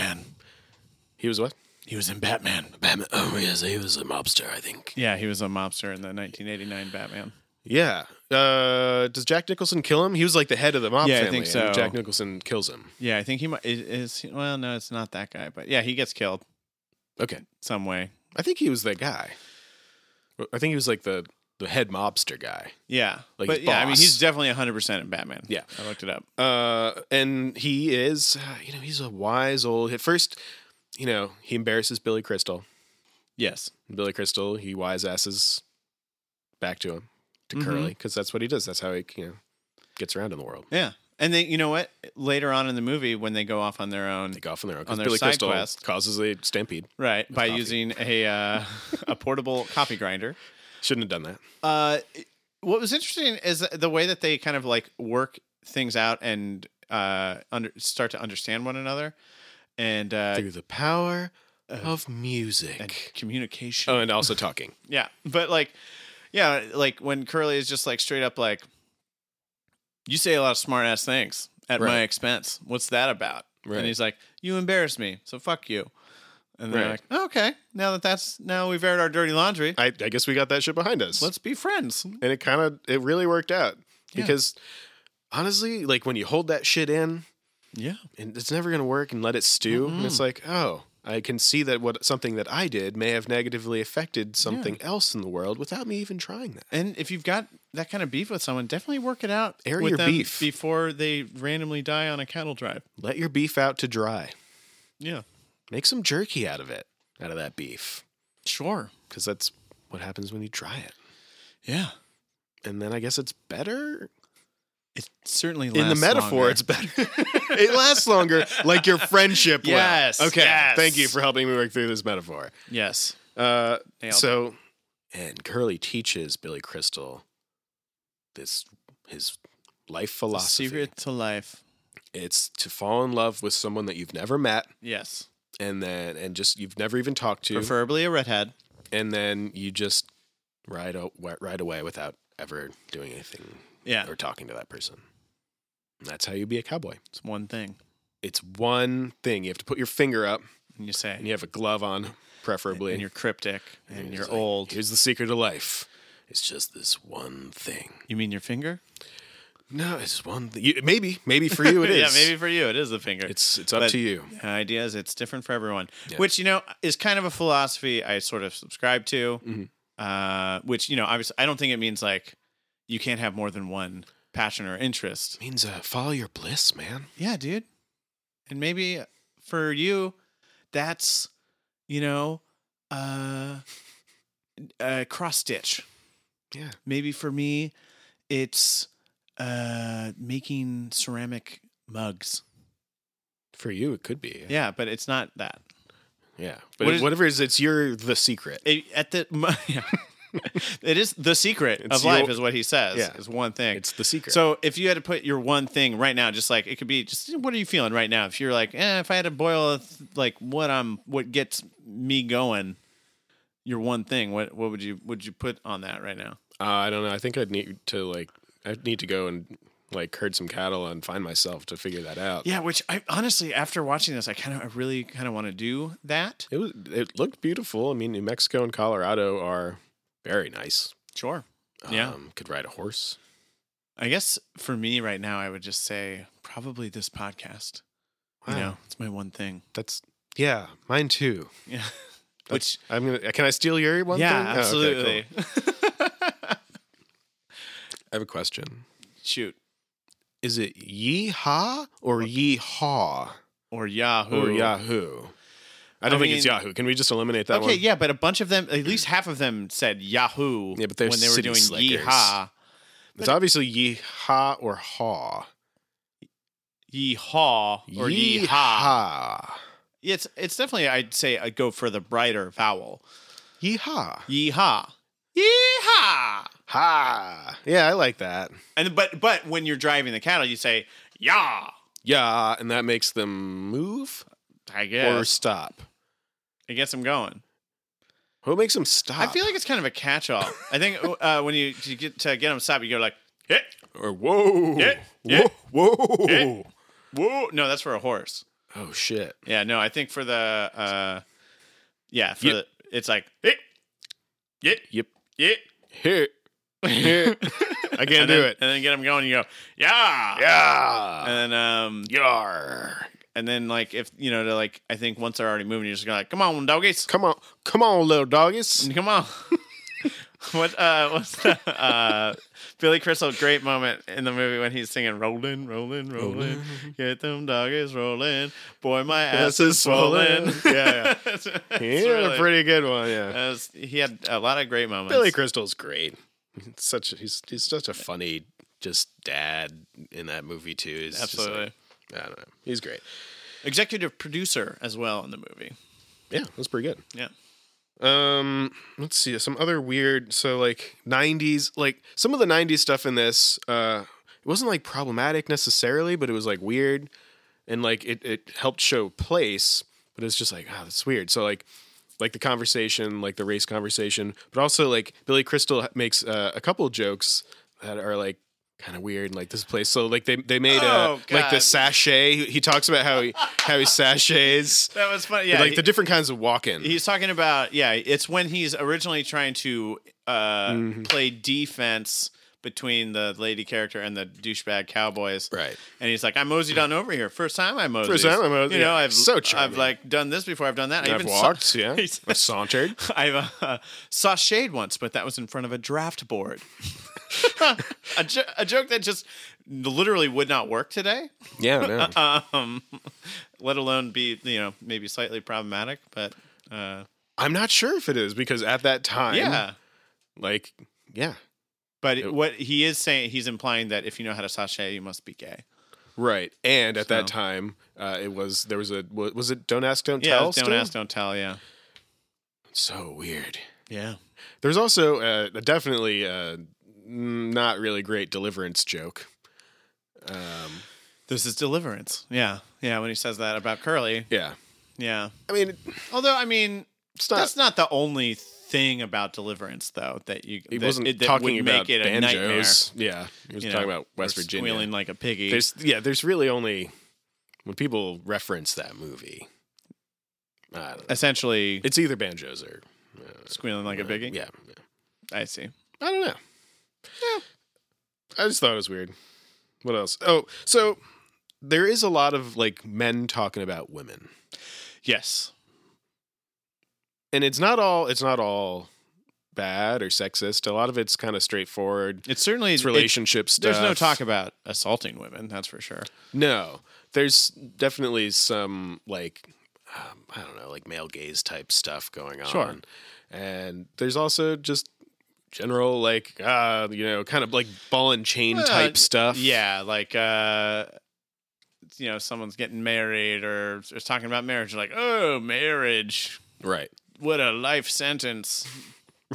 Speaker 3: He was what?
Speaker 2: He was in Batman.
Speaker 3: Batman. Oh, yes, he was a mobster, I think.
Speaker 2: Yeah, he was a mobster in the 1989 Batman.
Speaker 3: Yeah. Uh, does Jack Nicholson kill him? He was like the head of the mob
Speaker 2: Yeah, I
Speaker 3: family.
Speaker 2: think
Speaker 3: and
Speaker 2: so.
Speaker 3: Jack Nicholson kills him.
Speaker 2: Yeah, I think he might is, is. Well, no, it's not that guy, but yeah, he gets killed
Speaker 3: Okay.
Speaker 2: some way.
Speaker 3: I think he was that guy. I think he was like the, the head mobster guy.
Speaker 2: Yeah,
Speaker 3: Like
Speaker 2: but
Speaker 3: his
Speaker 2: yeah, I mean,
Speaker 3: boss.
Speaker 2: he's definitely 100 percent in Batman.
Speaker 3: Yeah.
Speaker 2: I looked it up.
Speaker 3: Uh, and he is, uh, you know, he's a wise old. At first, you know, he embarrasses Billy Crystal.
Speaker 2: Yes,
Speaker 3: Billy Crystal, he wise asses back to him to
Speaker 2: Mhm.
Speaker 3: Curly because that's what he does. That's how he you know gets around in the world.
Speaker 2: yeah, and then you know what? Later on in the movie, when they go off on their own,
Speaker 3: They go off on their own
Speaker 2: On
Speaker 3: because
Speaker 2: their
Speaker 3: Billy
Speaker 2: side
Speaker 3: Crystal
Speaker 2: quest.
Speaker 3: causes a stampede.
Speaker 2: Right, by
Speaker 3: coffee.
Speaker 2: using a uh, a portable coffee grinder.
Speaker 3: Shouldn't have done that.
Speaker 2: Uh, what was interesting is the way that they kind of like work things out and uh, under, start to understand one another and uh,
Speaker 3: Through the power of music.
Speaker 2: and communication.
Speaker 3: oh, and also talking.
Speaker 2: Yeah, but like, yeah, like when Curly is just like straight up like, you say a lot of smart ass things at my
Speaker 3: Right.
Speaker 2: expense. What's that about?
Speaker 3: Right.
Speaker 2: And he's like, you embarrass me, so fuck you. And they're
Speaker 3: Right.
Speaker 2: like, "Oh, okay, now that that's now we've aired our dirty laundry.
Speaker 3: I, I guess we got that shit behind us.
Speaker 2: Let's be friends.
Speaker 3: and it kind of it really worked out
Speaker 2: Yeah.
Speaker 3: because honestly, like when you hold that shit in,
Speaker 2: Yeah.
Speaker 3: and it's never gonna work and let it stew. And it's like, oh, I can see that what something that I did may have negatively affected something else in the world without me even trying that.
Speaker 2: And if you've got that kind of beef with someone, definitely work it out
Speaker 3: Air
Speaker 2: with
Speaker 3: your
Speaker 2: them
Speaker 3: beef.
Speaker 2: before they randomly die on a cattle drive.
Speaker 3: Let your beef out to dry.
Speaker 2: Yeah,
Speaker 3: Make some jerky out of it, out of that beef,
Speaker 2: sure.
Speaker 3: because that's what happens when you dry it.
Speaker 2: Yeah,
Speaker 3: And then I guess it's better.
Speaker 2: it certainly
Speaker 3: In the
Speaker 2: lasts
Speaker 3: metaphor,
Speaker 2: longer.
Speaker 3: it's better. it lasts longer, like your friendship. will.
Speaker 2: Yes,
Speaker 3: Okay.
Speaker 2: yes.
Speaker 3: Thank you for helping me work through this metaphor.
Speaker 2: yes.
Speaker 3: Uh,
Speaker 2: Nailed
Speaker 3: so, and Curly teaches Billy Crystal this his life
Speaker 2: The
Speaker 3: philosophy.
Speaker 2: secret to life.
Speaker 3: It's to fall in love with someone that you've never met,
Speaker 2: Yes,
Speaker 3: and then and just you've never even talked to,
Speaker 2: preferably a redhead.
Speaker 3: and then you just ride o- wa- ride away without ever doing anything
Speaker 2: Yeah,
Speaker 3: or talking to that person. And that's how you be a cowboy.
Speaker 2: it's one thing.
Speaker 3: It's one thing you have to put your finger up,
Speaker 2: And you say,
Speaker 3: and you have a glove on, preferably,
Speaker 2: and you're cryptic,
Speaker 3: And
Speaker 2: and
Speaker 3: he's
Speaker 2: you're
Speaker 3: like,
Speaker 2: old.
Speaker 3: Here's the secret of life. It's just this one thing.
Speaker 2: You mean your finger?
Speaker 3: No, it's one. Th- you, maybe, maybe for you it is.
Speaker 2: yeah, maybe for you it is the finger.
Speaker 3: it's it's up
Speaker 2: But
Speaker 3: to you.
Speaker 2: The idea is it's different for everyone,
Speaker 3: Yeah.
Speaker 2: which you know is kind of a philosophy I sort of subscribe to. Uh, which you know, obviously, I don't think it means like you can't have more than one passion or interest.
Speaker 3: means uh, follow your bliss, man.
Speaker 2: Yeah, dude. And maybe for you, that's you know, uh, uh cross stitch.
Speaker 3: Yeah.
Speaker 2: Maybe for me, it's uh making ceramic mugs.
Speaker 3: For you, it could be.
Speaker 2: Yeah, but it's not that.
Speaker 3: yeah. But
Speaker 2: What
Speaker 3: it-
Speaker 2: is-
Speaker 3: whatever it is, it's your the secret.
Speaker 2: It, at the mu- yeah. it is the secret
Speaker 3: It's
Speaker 2: of life
Speaker 3: your-
Speaker 2: is what he says.
Speaker 3: Yeah.
Speaker 2: It's one thing.
Speaker 3: It's the secret.
Speaker 2: so if you had to put your one thing right now, just like it could be just what are you feeling right now? If you're like, eh, if I had to boil th- like what I'm what gets me going, your one thing, what what would you would you put on that right now?
Speaker 3: uh, I don't know. I think I'd need to like I'd need to go and like herd some cattle and find myself to figure that out.
Speaker 2: Yeah, which I honestly after watching this, I kind of I really kind of want to do that.
Speaker 3: It was. It looked beautiful. I mean, New Mexico and Colorado are very nice.
Speaker 2: Sure. Yeah.
Speaker 3: Um, Could ride a horse.
Speaker 2: I guess for me right now, I would just say probably this podcast.
Speaker 3: Wow.
Speaker 2: You know, it's my one thing.
Speaker 3: That's yeah. Mine too.
Speaker 2: Yeah.
Speaker 3: That's-
Speaker 2: Which
Speaker 3: I'm gonna. Can I steal your one?
Speaker 2: yeah,
Speaker 3: thing? Oh, okay, cool.
Speaker 2: absolutely.
Speaker 3: I have a question.
Speaker 2: Shoot.
Speaker 3: Is it yeehaw or yeehaw
Speaker 2: Or Yahoo.
Speaker 3: or Yahoo? I don't
Speaker 2: I
Speaker 3: think it's
Speaker 2: mean-
Speaker 3: Yahoo. Can we just eliminate that
Speaker 2: Okay,
Speaker 3: one?
Speaker 2: yeah, but a bunch of them, at least half of them said Yahoo
Speaker 3: Yeah, but they're
Speaker 2: when they were
Speaker 3: city
Speaker 2: doing
Speaker 3: slickers.
Speaker 2: yeehaw.
Speaker 3: It's obviously yeehaw or haw.
Speaker 2: Yeehaw or yeehaw.
Speaker 3: Yeehaw.
Speaker 2: It's it's definitely I'd say I'd go for the brighter vowel.
Speaker 3: Yeehaw.
Speaker 2: Yeehaw. Yeehaw.
Speaker 3: Ha. Yeah, I like that.
Speaker 2: And but but when you're driving the cattle, you say yah.
Speaker 3: Yeah, and that makes them move
Speaker 2: I
Speaker 3: or
Speaker 2: guess
Speaker 3: stop.
Speaker 2: it gets them going.
Speaker 3: What makes them stop?
Speaker 2: I feel like it's kind of a catch-all. I think uh, when you, you get to get them stop, you go like, hit,
Speaker 3: or whoa.
Speaker 2: Yeah, yeah,
Speaker 3: whoa. Whoa.
Speaker 2: yeah. whoa. No, that's for a horse.
Speaker 3: Oh shit.
Speaker 2: Yeah, no, I think for the uh yeah, for
Speaker 3: Yep.
Speaker 2: the, it's like "Eh, it it
Speaker 3: Yep.
Speaker 2: it
Speaker 3: Hit. Hit. I
Speaker 2: and
Speaker 3: can't do
Speaker 2: then,
Speaker 3: it.
Speaker 2: And then get them going you go, "Yeah."
Speaker 3: Yeah.
Speaker 2: And then um
Speaker 3: Yar.
Speaker 2: and then like if you know to like I think once they're already moving you're just going like, "Come on, doggies.
Speaker 3: Come on, come on, little doggies.
Speaker 2: Come on." what uh what's the uh Billy Crystal great moment in the movie when he's singing rolling, rolling, rolling, get them doggies rolling. Boy, my ass is swollen.
Speaker 3: yeah,
Speaker 2: It's-
Speaker 3: yeah.
Speaker 2: it's
Speaker 3: yeah
Speaker 2: really-
Speaker 3: a pretty good one. Yeah,
Speaker 2: Uh, he had a lot of great moments.
Speaker 3: Billy Crystal's great. He's Such he's he's such a funny just dad in that movie too. He's just like-
Speaker 2: Absolutely.
Speaker 3: I don't know. He's great.
Speaker 2: Executive producer as well in the movie.
Speaker 3: Yeah, that's pretty good.
Speaker 2: Yeah.
Speaker 3: Um, let's see some other weird. So like '90s, like some of the '90s stuff in this, uh, it wasn't like problematic necessarily, but it was like weird, and like it it helped show place, but it's just like ah, that's weird. So like like the conversation, like the race conversation, but also like Billy Crystal makes uh, a couple jokes that are like kind of weird, and like this place. So like they they made
Speaker 2: Oh,
Speaker 3: a like the
Speaker 2: God.
Speaker 3: sachet. He, he talks about how he how he sachets.
Speaker 2: That was funny. Yeah.
Speaker 3: like
Speaker 2: he-
Speaker 3: the different kinds of walk-in.
Speaker 2: he's talking
Speaker 3: Mm-hmm.
Speaker 2: about, yeah, it's when he's originally trying to uh, play defense, between the lady character and the douchebag cowboys.
Speaker 3: Right.
Speaker 2: And he's like, I moseyed on over here. First time I moseyed.
Speaker 3: First time I moseyed.
Speaker 2: You know,
Speaker 3: Yeah.
Speaker 2: I've
Speaker 3: So
Speaker 2: I've
Speaker 3: charming.
Speaker 2: like done this before. I've done that. I
Speaker 3: I've
Speaker 2: even
Speaker 3: walked,
Speaker 2: saw-
Speaker 3: yeah. I've sauntered.
Speaker 2: I've uh, saw shade once, but that was in front of a draft board. a, jo- a joke that just literally would not work today,
Speaker 3: Yeah, no.
Speaker 2: um, let alone be you know maybe slightly problematic. But uh,
Speaker 3: I'm not sure if it is because at that time,
Speaker 2: yeah,
Speaker 3: like, yeah,
Speaker 2: but what he is saying, he's implying that if you know how to sachet, you must be gay.
Speaker 3: right. And at that
Speaker 2: So-
Speaker 3: time, uh, it was there was a wa- was it don't ask, don't
Speaker 2: Yeah,
Speaker 3: tell.
Speaker 2: don't
Speaker 3: still?
Speaker 2: ask, don't tell. Yeah,
Speaker 3: So weird.
Speaker 2: yeah.
Speaker 3: There's also uh, a definitely uh, mm, not really great deliverance joke. Um,
Speaker 2: This is deliverance. Yeah, yeah. When he says that about Curly,
Speaker 3: yeah,
Speaker 2: yeah.
Speaker 3: I mean,
Speaker 2: Although I mean,
Speaker 3: it's not.
Speaker 2: That's not the only thing about Deliverance, though. That you
Speaker 3: he
Speaker 2: that,
Speaker 3: wasn't
Speaker 2: it, that
Speaker 3: talking
Speaker 2: would
Speaker 3: about
Speaker 2: make it a nightmare.
Speaker 3: banjos. Yeah, he was
Speaker 2: you
Speaker 3: talking
Speaker 2: know,
Speaker 3: about West
Speaker 2: or
Speaker 3: Virginia.
Speaker 2: squealing like a piggy.
Speaker 3: There's yeah, there's really only when people reference that movie. I don't know.
Speaker 2: essentially
Speaker 3: It's either banjos or uh,
Speaker 2: squealing like a piggy.
Speaker 3: Yeah,
Speaker 2: I see.
Speaker 3: I don't know. I just thought it was weird. What else? Oh, so there is a lot of like men talking about women,
Speaker 2: Yes,
Speaker 3: and it's not all it's not all bad or sexist. A lot of it's kind of straightforward.
Speaker 2: it's certainly
Speaker 3: It's relationship stuff.
Speaker 2: There's no talk about assaulting women. That's for sure.
Speaker 3: No, there's definitely some like um, I don't know, like male gaze type stuff going on.
Speaker 2: Sure.
Speaker 3: And there's also just general like uh, you know, kind of like ball and chain
Speaker 2: Uh,
Speaker 3: type stuff.
Speaker 2: Yeah, like uh, you know, someone's getting married or is talking about marriage. Like, oh, marriage.
Speaker 3: Right.
Speaker 2: What a life sentence.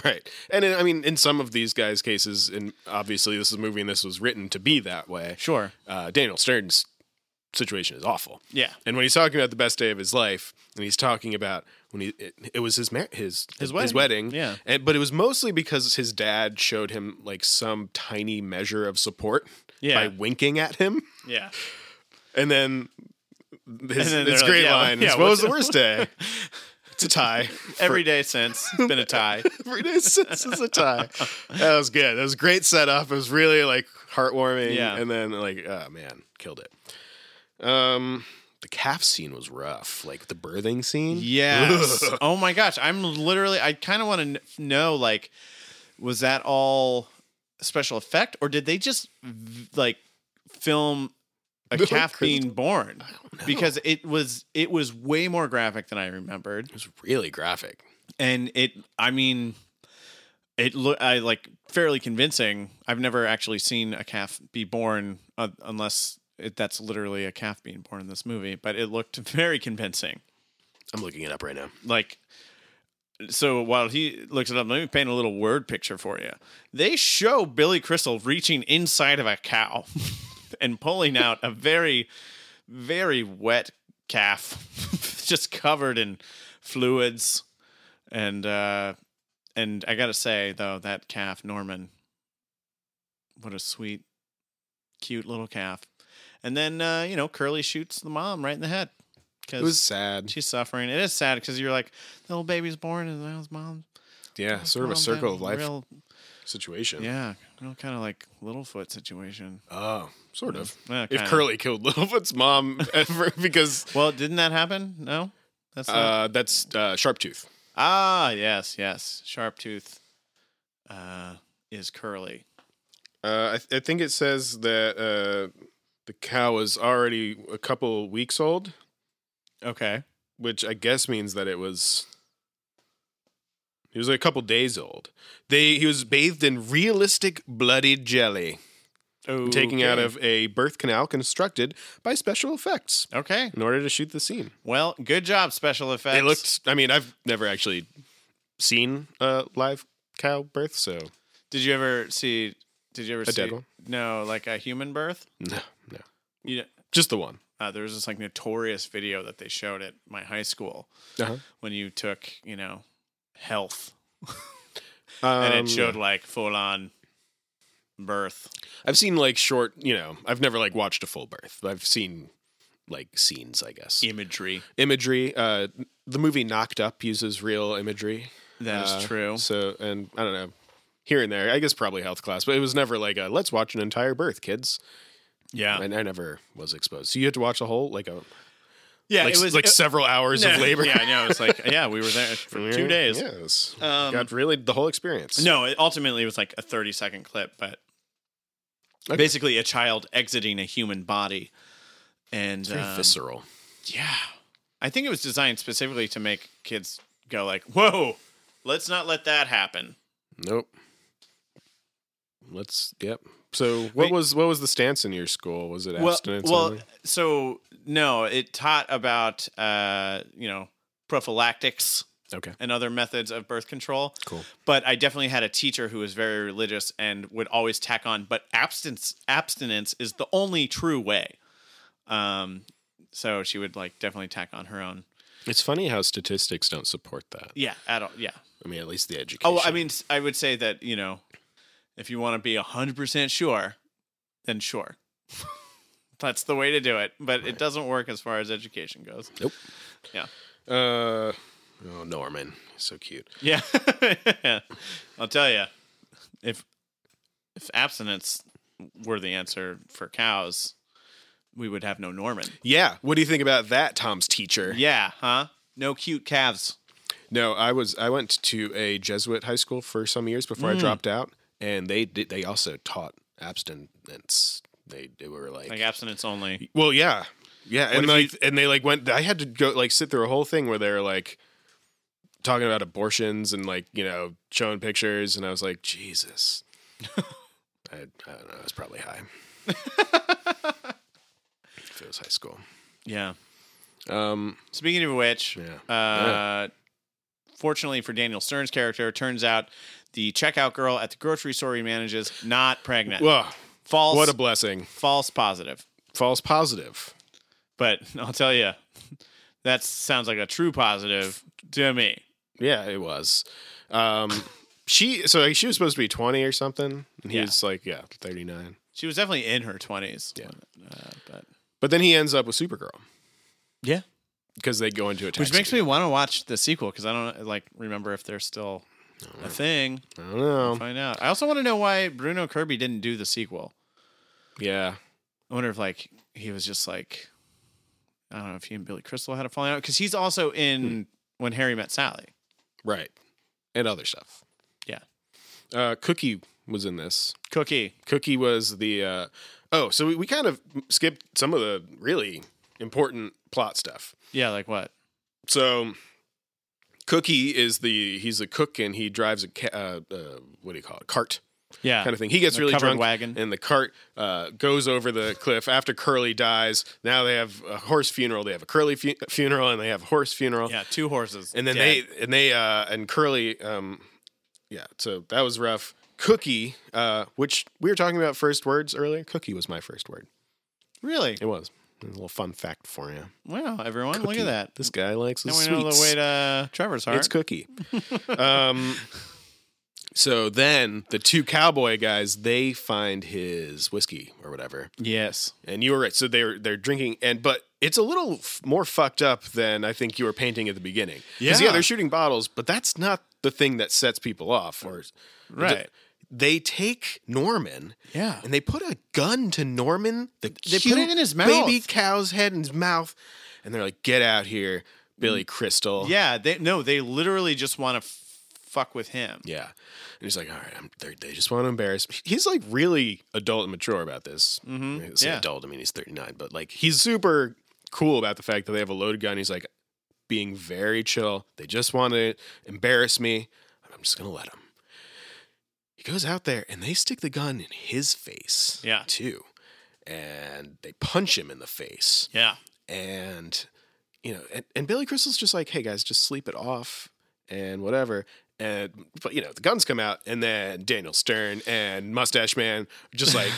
Speaker 3: Right. And I mean, in some of these guys' cases, and obviously this is a movie and this was written to be that way,
Speaker 2: Sure.
Speaker 3: uh, Daniel Stern's situation is awful.
Speaker 2: Yeah.
Speaker 3: And when he's talking about the best day of his life, and he's talking about when he it, it was his mar- his
Speaker 2: His wedding. Yeah.
Speaker 3: and, but it was mostly because his dad showed him like some tiny measure of support
Speaker 2: Yeah.
Speaker 3: by winking at him,
Speaker 2: Yeah.
Speaker 3: and then his,
Speaker 2: then
Speaker 3: his
Speaker 2: they're
Speaker 3: great
Speaker 2: like, yeah,
Speaker 3: line
Speaker 2: yeah,
Speaker 3: is, "What
Speaker 2: what's-
Speaker 3: was the worst day? it's a tie.
Speaker 2: Every day since it's been a tie.
Speaker 3: Every day since is a tie." That was good. That was a great setup. It was really like heartwarming.
Speaker 2: Yeah.
Speaker 3: and then like, oh man, killed it. Um. The calf scene was rough, like the birthing scene.
Speaker 2: Yes. oh my gosh. I'm literally, I kind of want to know like, was that all special effect or did they just v- like film a
Speaker 3: Like
Speaker 2: calf
Speaker 3: crystal-
Speaker 2: being born? Because it was, it was way more graphic than I remembered.
Speaker 3: It was really graphic.
Speaker 2: And it, I mean, it look I like fairly convincing. I've never actually seen a calf be born uh, unless it, that's literally a calf being born in this movie, but it looked very convincing.
Speaker 3: I'm looking it up right now.
Speaker 2: like so while he looks it up let me paint a little word picture for you they show billy crystal reaching inside of a cow and pulling out a very very wet calf just covered in fluids and uh and i gotta say though that calf norman what a sweet cute little calf and then uh you know curly shoots the mom right in the head
Speaker 3: It
Speaker 2: because
Speaker 3: was sad.
Speaker 2: She's suffering. It is sad because you're like, the little baby's born and now his mom.
Speaker 3: Yeah,
Speaker 2: his
Speaker 3: sort of a
Speaker 2: mom's
Speaker 3: circle
Speaker 2: having
Speaker 3: of life
Speaker 2: Real,
Speaker 3: situation.
Speaker 2: yeah, real kind of like Littlefoot situation.
Speaker 3: Oh, sort of.
Speaker 2: Yeah,
Speaker 3: If
Speaker 2: kinda.
Speaker 3: Curly killed Littlefoot's mom, ever, because
Speaker 2: Well, didn't that happen? No, that's not.
Speaker 3: uh, that's uh, Sharptooth.
Speaker 2: ah yes, yes. Sharptooth uh, is curly.
Speaker 3: Uh, I, th- I think it says that uh, the cow was already a couple weeks old,
Speaker 2: Okay.
Speaker 3: which I guess means that it was. He was a couple days old. They he was bathed in realistic bloody jelly, taking out
Speaker 2: Okay.
Speaker 3: of a birth canal constructed by special effects
Speaker 2: Okay.
Speaker 3: in order to shoot the scene.
Speaker 2: Well, good job, special effects.
Speaker 3: They looked. I mean, I've never actually seen a live cow birth, so
Speaker 2: Did you ever see? Did you ever
Speaker 3: A
Speaker 2: see?
Speaker 3: dead one?
Speaker 2: No, like a human birth.
Speaker 3: no, no,
Speaker 2: You know,
Speaker 3: just the one.
Speaker 2: uh, there was this like notorious video that they showed at my high school
Speaker 3: Uh-huh.
Speaker 2: when you took, you know, health
Speaker 3: Um,
Speaker 2: and it showed like full on birth.
Speaker 3: I've seen like short. You know, I've never like watched a full birth. but I've seen like scenes, I guess.
Speaker 2: Imagery.
Speaker 3: Imagery. Uh, the movie Knocked Up uses real imagery.
Speaker 2: That is
Speaker 3: Uh,
Speaker 2: true.
Speaker 3: So, and I don't know. here and there. I guess probably health class, but it was never like a let's watch an entire birth, kids.
Speaker 2: Yeah,
Speaker 3: And I never was exposed. So you had to watch a whole like a
Speaker 2: yeah.
Speaker 3: like, like several hours
Speaker 2: no,
Speaker 3: of labor.
Speaker 2: Yeah, I know. It's like yeah, we were there for two days.
Speaker 3: Yeah, it was-
Speaker 2: Um,
Speaker 3: got really the whole experience.
Speaker 2: No, it ultimately was like a 30 second clip, but
Speaker 3: Okay.
Speaker 2: basically a child exiting a human body. And
Speaker 3: It's very
Speaker 2: um,
Speaker 3: visceral.
Speaker 2: yeah, I think it was designed specifically to make kids go like, "Whoa, let's not let that happen."
Speaker 3: Nope. Let's yep. So what
Speaker 2: Wait.
Speaker 3: was what was the stance in your school? Was it abstinence?
Speaker 2: well,
Speaker 3: only?
Speaker 2: so no, it taught about uh, you know prophylactics
Speaker 3: okay.
Speaker 2: and other methods of birth control.
Speaker 3: Cool.
Speaker 2: But I definitely had a teacher who was very religious and would always tack on, but abstinence abstinence is the only true way. Um, so she would like definitely tack on her own.
Speaker 3: It's funny how statistics don't support that.
Speaker 2: Yeah, adult. Yeah.
Speaker 3: I mean, at least the education.
Speaker 2: Oh, I mean, I would say that you know, if you want to be hundred percent sure, then sure. That's the way to do it, but it doesn't work as far as education goes.
Speaker 3: Nope.
Speaker 2: Yeah.
Speaker 3: Uh, oh, Norman, so cute.
Speaker 2: Yeah. I'll tell you, if if abstinence were the answer for cows, we would have no Norman.
Speaker 3: Yeah. What do you think about that, Tom's teacher?
Speaker 2: Yeah, huh? No cute calves.
Speaker 3: No, I was I went to a Jesuit high school for some years before
Speaker 2: Mm.
Speaker 3: I dropped out, and they did, they also taught abstinence. They, they were
Speaker 2: Like abstinence only.
Speaker 3: Well, yeah, yeah, and
Speaker 2: if
Speaker 3: like, and they like went. I had to go like sit through a whole thing where they're like talking about abortions and like you know showing pictures, and I was like, Jesus, I, I don't know, I was probably high. if it was high school,
Speaker 2: Yeah.
Speaker 3: um,
Speaker 2: Speaking of which,
Speaker 3: Yeah.
Speaker 2: uh, fortunately for Daniel Stern's character, turns out the checkout girl at the grocery store he manages not pregnant.
Speaker 3: well,
Speaker 2: false.
Speaker 3: what a blessing.
Speaker 2: false positive.
Speaker 3: False positive.
Speaker 2: But I'll tell you, that sounds like a true positive to me.
Speaker 3: Yeah, it was. Um, she so she was supposed to be twenty or something, and he
Speaker 2: Yeah.
Speaker 3: was like, yeah, thirty nine.
Speaker 2: She was definitely in her twenties.
Speaker 3: Yeah.
Speaker 2: uh, but
Speaker 3: But then he ends up with Supergirl
Speaker 2: yeah,
Speaker 3: because they go into a
Speaker 2: which
Speaker 3: taxi.
Speaker 2: makes me want to watch the sequel because I don't like remember if they're still a thing.
Speaker 3: I don't know.
Speaker 2: Find out. I also want to know why Bruno Kirby didn't do the sequel.
Speaker 3: Yeah.
Speaker 2: I wonder if like he was just like I don't know if he and Billy Crystal had a falling out because he's also
Speaker 3: Hmm.
Speaker 2: in When Harry Met Sally.
Speaker 3: Right. And other stuff.
Speaker 2: Yeah.
Speaker 3: Uh, Cookie was in this.
Speaker 2: Cookie.
Speaker 3: Cookie was the. Uh, oh, so we, we kind of skipped some of the really important plot stuff.
Speaker 2: Yeah, like what?
Speaker 3: So Cookie is the. He's a cook and he drives a. Ca- uh, uh, what do you call it? Cart
Speaker 2: Yeah,
Speaker 3: kind of thing. He gets
Speaker 2: The
Speaker 3: really
Speaker 2: covered
Speaker 3: drunk.
Speaker 2: wagon.
Speaker 3: And the cart uh, goes over the cliff after Curly dies. Now they have a horse funeral. They have a Curly fu- funeral and they have a horse funeral.
Speaker 2: yeah, two horses.
Speaker 3: And then they and they uh and Curly um yeah, so that was rough. Cookie, uh, which we were talking about first words earlier. Cookie was my first word.
Speaker 2: really
Speaker 3: It was. It was a little fun fact for you.
Speaker 2: wow, everyone, look
Speaker 3: Cookie.
Speaker 2: at that.
Speaker 3: This guy likes
Speaker 2: now
Speaker 3: his
Speaker 2: we
Speaker 3: sweets.
Speaker 2: know the way to Trevor's heart.
Speaker 3: it's Cookie. um, so then the two cowboy guys they find his whiskey or whatever,
Speaker 2: yes,
Speaker 3: and you were right. So they're they're drinking, and but it's a little f- more fucked up than I think you were painting at the beginning. 'Cause,
Speaker 2: Yeah.
Speaker 3: yeah, they're shooting bottles, but that's not the thing that sets people off. Or
Speaker 2: Right.
Speaker 3: they take Norman,
Speaker 2: Yeah.
Speaker 3: and they put a gun to Norman. The
Speaker 2: They put
Speaker 3: cute
Speaker 2: it in his
Speaker 3: baby
Speaker 2: mouth.
Speaker 3: cow's head in his mouth, and they're like, "Get out here,
Speaker 2: Mm.
Speaker 3: Billy Crystal."
Speaker 2: yeah. They no, they literally just want to f- fuck with him.
Speaker 3: Yeah. And he's like, all right, I'm, they're- they just want to embarrass me. He's like really adult and mature about this. Mm-hmm.
Speaker 2: Yeah.
Speaker 3: adult, I mean, he's 39, but like he's super cool about the fact that they have a loaded gun. He's like being very chill. They just want to embarrass me. I'm just going to let him. He goes out there and they stick the gun in his face.
Speaker 2: Yeah.
Speaker 3: Too. And they punch him in the face
Speaker 2: Yeah,
Speaker 3: and you know and, and billy crystal's just like hey guys just sleep it off and whatever and but you know the guns come out and then daniel stern and mustache man are just like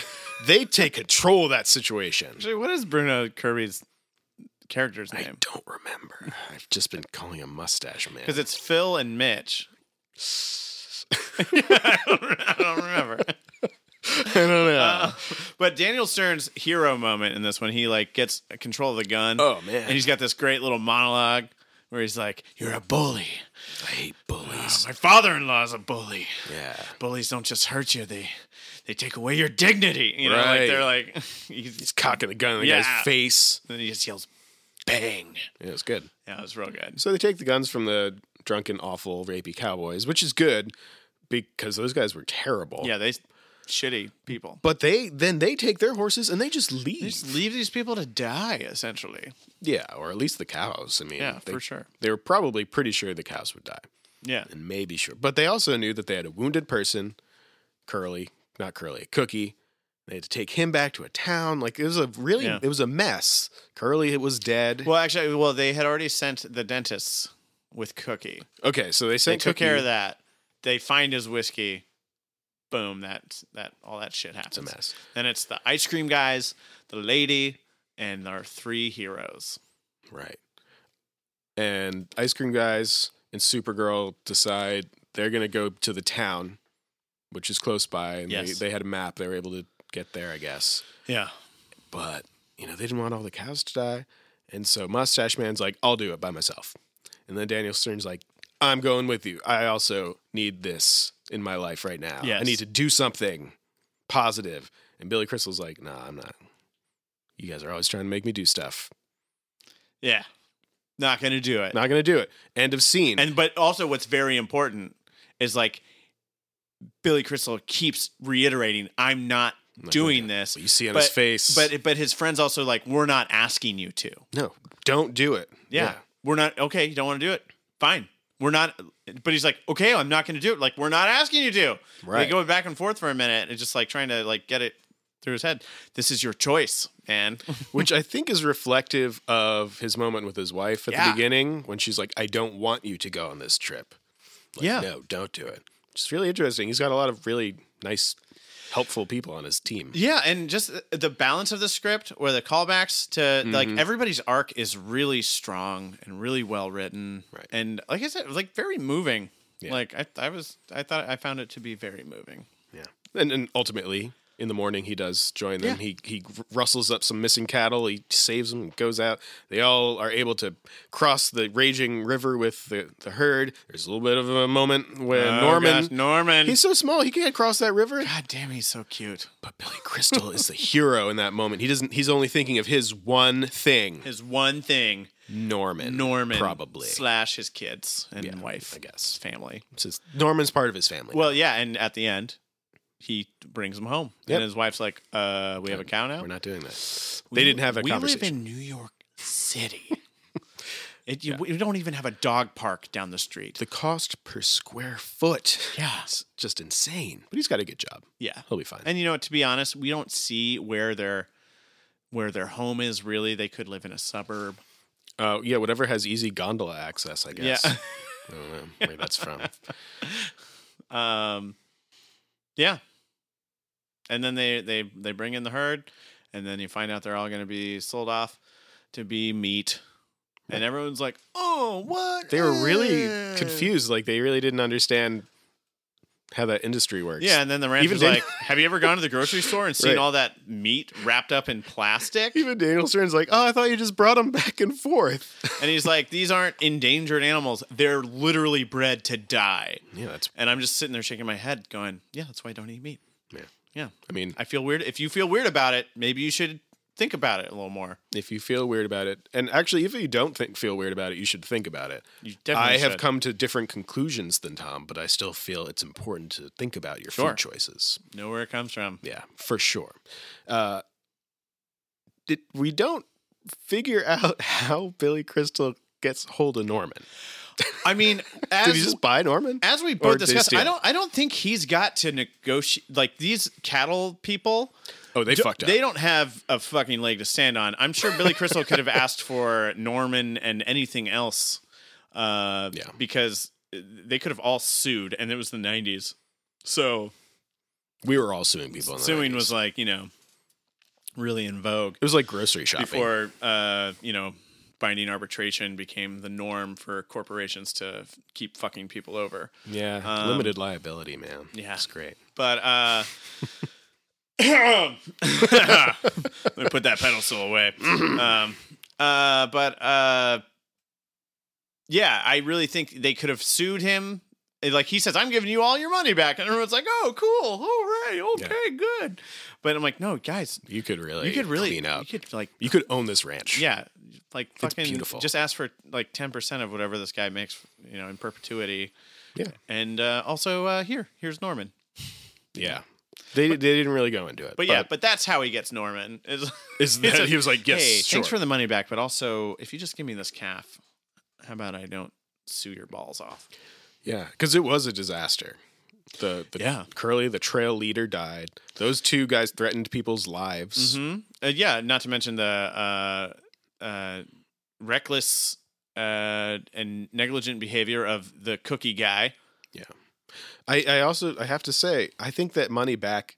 Speaker 3: they take control of that situation
Speaker 2: Actually, what is Bruno Kirby's character's
Speaker 3: i
Speaker 2: name?
Speaker 3: don't remember i've just been calling him mustache man
Speaker 2: Because it's Phil and Mitch. I, don't, I don't remember.
Speaker 3: i don't know
Speaker 2: Uh, but Daniel Stern's hero moment in this when he like gets control of the gun.
Speaker 3: oh man
Speaker 2: And he's got this great little monologue where where he's like, "You're a bully.
Speaker 3: I hate
Speaker 2: Ah,
Speaker 3: bullies.
Speaker 2: my father-in-law's a bully.
Speaker 3: yeah.
Speaker 2: Bullies don't just hurt you; they they take away your dignity. You know,
Speaker 3: Right.
Speaker 2: like they're like, he's,
Speaker 3: He's cocking the gun in the
Speaker 2: Yeah.
Speaker 3: guy's face.
Speaker 2: then he just yells, "Bang!"
Speaker 3: Yeah, it's good.
Speaker 2: Yeah, it was real good.
Speaker 3: So they take the guns from the drunken, awful, rapey cowboys, which is good because those guys were terrible.
Speaker 2: Yeah, they shitty people.
Speaker 3: But they then they take their horses and they just leave.
Speaker 2: Just leave these people to die, essentially.
Speaker 3: Yeah, or at least the cows. I mean,
Speaker 2: Yeah,
Speaker 3: they,
Speaker 2: for sure.
Speaker 3: They were probably pretty sure the cows would die,
Speaker 2: Yeah,
Speaker 3: and maybe sure. But they also knew that they had a wounded person, Curly, not Curly, Cookie. They had to take him back to a town. Like it was a really,
Speaker 2: Yeah.
Speaker 3: it was a mess. Curly was dead.
Speaker 2: Well, actually, well, they had already sent the dentists with Cookie.
Speaker 3: okay, so they
Speaker 2: They
Speaker 3: sent
Speaker 2: took
Speaker 3: Cookie-
Speaker 2: care of that. They find his whiskey. Boom! That that all that shit happens.
Speaker 3: It's a mess.
Speaker 2: Then it's the ice cream guys, the lady, and our three heroes.
Speaker 3: Right. And Ice Cream Guys and Supergirl decide they're going to go to the town, which is close by. And
Speaker 2: Yes.
Speaker 3: they, they had a map. They were able to get there, I guess.
Speaker 2: Yeah.
Speaker 3: But, you know, they didn't want all the cows to die. And so Mustache Man's like, I'll do it by myself. And then Daniel Stern's like, I'm going with you. I also need this in my life right now. I
Speaker 2: Yes.
Speaker 3: need to do something positive. And Billy Crystal's like, nah, I'm not. You guys are always trying to make me do stuff.
Speaker 2: Yeah. Not gonna do it.
Speaker 3: Not going to do it. End of scene.
Speaker 2: and but also, what's very important is like Billy Crystal keeps reiterating, "I'm not."
Speaker 3: Not
Speaker 2: Doing
Speaker 3: gonna do it.
Speaker 2: this,
Speaker 3: But you see on
Speaker 2: but,
Speaker 3: his face.
Speaker 2: but but his friends also like, we're not asking you to.
Speaker 3: no, don't do it.
Speaker 2: Yeah. We're not okay, you don't want to do it. Fine. We're not but he's like, "Okay, I'm not going to do it." Like, we're not asking you to.
Speaker 3: Right.
Speaker 2: They go back and forth for a minute and just like trying to like get it through his head. This is your choice, man.
Speaker 3: Which I think is reflective of his moment with his wife at
Speaker 2: Yeah.
Speaker 3: the beginning when she's like, I don't want you to go on this trip. Like,
Speaker 2: Yeah.
Speaker 3: No, don't do it. It's really interesting. He's got a lot of really nice, helpful people on his team.
Speaker 2: yeah, and just uh, the balance of the script or the callbacks to like
Speaker 3: Mm-hmm.
Speaker 2: everybody's arc is really strong and really well written.
Speaker 3: Right.
Speaker 2: And like I said, like very moving.
Speaker 3: Yeah.
Speaker 2: Like I I was I thought I found it to be very moving.
Speaker 3: Yeah. And, and ultimately, in the morning, he does join them.
Speaker 2: Yeah.
Speaker 3: He, he rustles up some missing cattle. He saves them, goes out. They all are able to cross the raging river with the, the herd. There's a little bit of a moment when
Speaker 2: Oh,
Speaker 3: Norman.
Speaker 2: gosh, Norman.
Speaker 3: He's so small he can't cross that river.
Speaker 2: God damn, he's so cute.
Speaker 3: But Billy Crystal is the hero in that moment. He doesn't. He's only thinking of his one thing,
Speaker 2: His one thing
Speaker 3: Norman.
Speaker 2: Norman
Speaker 3: probably.
Speaker 2: slash his kids and wife,
Speaker 3: I guess.
Speaker 2: family.
Speaker 3: It's his- Norman's part of his family.
Speaker 2: Well, yeah, and at the end, he brings them home,
Speaker 3: Yep.
Speaker 2: and his wife's like, "Uh, we have a cow now.
Speaker 3: we're not doing that. They didn't have a
Speaker 2: we
Speaker 3: conversation.
Speaker 2: live in New York City. it, you, We don't even have a dog park down the street.
Speaker 3: the cost per square foot.
Speaker 2: yeah,
Speaker 3: It's just insane. But he's got a good job.
Speaker 2: yeah.
Speaker 3: He'll be fine.
Speaker 2: And you know, what, to be honest, we don't see where their where their home is. Really, they could live in a suburb.
Speaker 3: Uh, yeah, whatever has easy gondola access, I guess.
Speaker 2: Yeah.
Speaker 3: I don't know where that's from.
Speaker 2: Um, yeah. And then they they they bring in the herd, and then you find out they're all going to be sold off to be meat, and everyone's like, "Oh, what?"
Speaker 3: They were really
Speaker 2: Uh."
Speaker 3: confused. Like they really didn't understand how that industry works.
Speaker 2: Yeah, and then the rancher's
Speaker 3: Even
Speaker 2: like, "Have you ever gone to the grocery store and seen
Speaker 3: Right.
Speaker 2: all that meat wrapped up in plastic?"
Speaker 3: Even Daniel Stern's like, oh, I thought you just brought them back and forth.
Speaker 2: And he's like, "These aren't endangered animals. They're literally bred to die."
Speaker 3: Yeah, that's.
Speaker 2: And I'm just sitting there shaking my head, going, "Yeah, that's why I don't eat meat."
Speaker 3: Yeah.
Speaker 2: Yeah.
Speaker 3: I mean,
Speaker 2: I feel weird. If you feel weird about it, maybe you should think about it a little more.
Speaker 3: if you feel weird about it, and actually, if you don't think feel weird about it, you should think about it.
Speaker 2: You definitely
Speaker 3: I have
Speaker 2: should.
Speaker 3: come to different conclusions than Tom, but I still feel it's important to think about your
Speaker 2: Sure.
Speaker 3: food choices.
Speaker 2: Know where it comes from.
Speaker 3: Yeah, for sure. Uh, did, we don't figure out how Billy Crystal gets hold of Norman.
Speaker 2: I mean, as
Speaker 3: Did he just buy Norman?
Speaker 2: as we
Speaker 3: Or
Speaker 2: both
Speaker 3: did he
Speaker 2: discussed,
Speaker 3: steal?
Speaker 2: I don't I don't think he's got to negotiate like these cattle people.
Speaker 3: Oh, they
Speaker 2: d-
Speaker 3: fucked up.
Speaker 2: They don't have a fucking leg to stand on. I'm sure Billy Crystal could have asked for Norman and anything else, uh,
Speaker 3: Yeah.
Speaker 2: because they could have all sued, and it was the '90s. So
Speaker 3: we were all suing people. in the
Speaker 2: suing
Speaker 3: 90s.
Speaker 2: was like you know really in vogue
Speaker 3: it was like grocery shopping.
Speaker 2: before uh, you know binding arbitration became the norm for corporations to f- keep fucking people over.
Speaker 3: yeah,
Speaker 2: um,
Speaker 3: limited liability, man.
Speaker 2: yeah.
Speaker 3: it's great.
Speaker 2: But uh let me put that pedestal away. um uh but uh yeah, I really think they could have sued him. And, Like he says, I'm giving you all your money back, and everyone's like, "Oh, cool, hooray, okay, good." But I'm like, no, guys,
Speaker 3: You could really
Speaker 2: you could really,
Speaker 3: clean up.
Speaker 2: you could like,
Speaker 3: You could own this ranch.
Speaker 2: yeah, like fucking
Speaker 3: beautiful.
Speaker 2: Just ask for like ten percent of whatever this guy makes, you know, in perpetuity.
Speaker 3: Yeah.
Speaker 2: And uh, also uh, here, here's Norman.
Speaker 3: Yeah. They, they didn't really go into it.
Speaker 2: But, yeah, but that's how he gets Norman. Is,
Speaker 3: Is
Speaker 2: he
Speaker 3: that-
Speaker 2: says,
Speaker 3: he was like, "Yes,
Speaker 2: hey, thanks
Speaker 3: sure."
Speaker 2: for the money back, but also if you just give me this calf, how about I don't sue your balls off?
Speaker 3: yeah, because it was a disaster. The, the
Speaker 2: Yeah.
Speaker 3: Curly, the trail leader, died. Those two guys threatened people's lives.
Speaker 2: Uh, yeah, not to mention the uh, uh, reckless uh, and negligent behavior of the cookie guy.
Speaker 3: I, I also I have to say I think that money back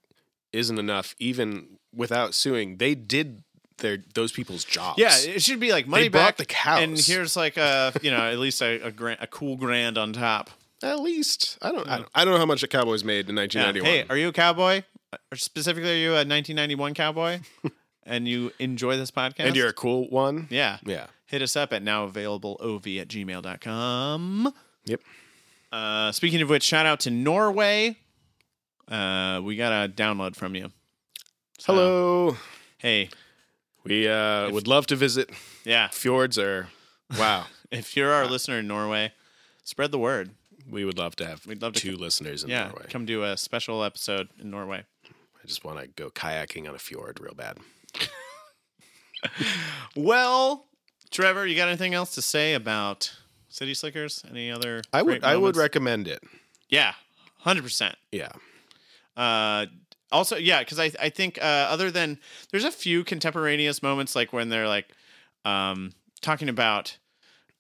Speaker 3: isn't enough even without suing. They did their those people's jobs.
Speaker 2: Yeah, it should be like money
Speaker 3: brought
Speaker 2: back
Speaker 3: the cows.
Speaker 2: and here's like a you know at least a a, grand, a cool grand on top.
Speaker 3: at least I don't, I don't I don't know how much the Cowboys made in
Speaker 2: Yeah.
Speaker 3: 1991.
Speaker 2: Hey, are you a cowboy? Or specifically, are you a 1991 cowboy? and you enjoy this podcast?
Speaker 3: and you're a cool one.
Speaker 2: yeah
Speaker 3: Yeah.
Speaker 2: Hit us up at nowavailableov at gmail.com.
Speaker 3: Yep.
Speaker 2: Uh, speaking of which, shout out to Norway. Uh, we got a download from you. So,
Speaker 3: Hello.
Speaker 2: Hey,
Speaker 3: We uh, would love to visit.
Speaker 2: yeah.
Speaker 3: Fjords are wow.
Speaker 2: If you're our listener in Norway, spread the word.
Speaker 3: we would love to have
Speaker 2: We'd love to
Speaker 3: two listeners in
Speaker 2: yeah.
Speaker 3: Norway.
Speaker 2: Come do a special episode in Norway.
Speaker 3: I just want to go kayaking on a fjord real bad.
Speaker 2: Well, Trevor, you got anything else to say about City Slickers? Any other?
Speaker 3: I
Speaker 2: great
Speaker 3: would I would
Speaker 2: moments?
Speaker 3: recommend it.
Speaker 2: yeah, 100%.
Speaker 3: Yeah.
Speaker 2: Uh, also, yeah, because I I think uh, other than there's a few contemporaneous moments like when they're like um, talking about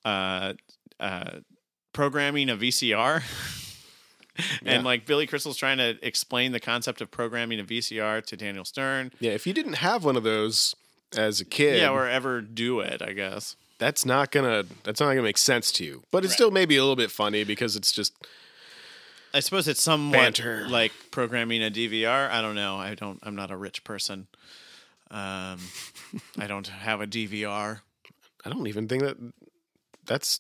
Speaker 2: uh, uh, programming a VCR.
Speaker 3: Yeah.
Speaker 2: And like Billy Crystal's trying to explain the concept of programming a VCR to Daniel Stern.
Speaker 3: Yeah, if you didn't have one of those as a kid,
Speaker 2: Yeah, or ever do it, I guess.
Speaker 3: that's not gonna that's not gonna make sense to you. But it's still maybe a little bit funny because it's just
Speaker 2: I suppose it's somewhat
Speaker 3: Banter.
Speaker 2: like programming a DVR. I don't know. I don't. I'm not a rich person. Um, I don't have a DVR.
Speaker 3: I don't even think that that's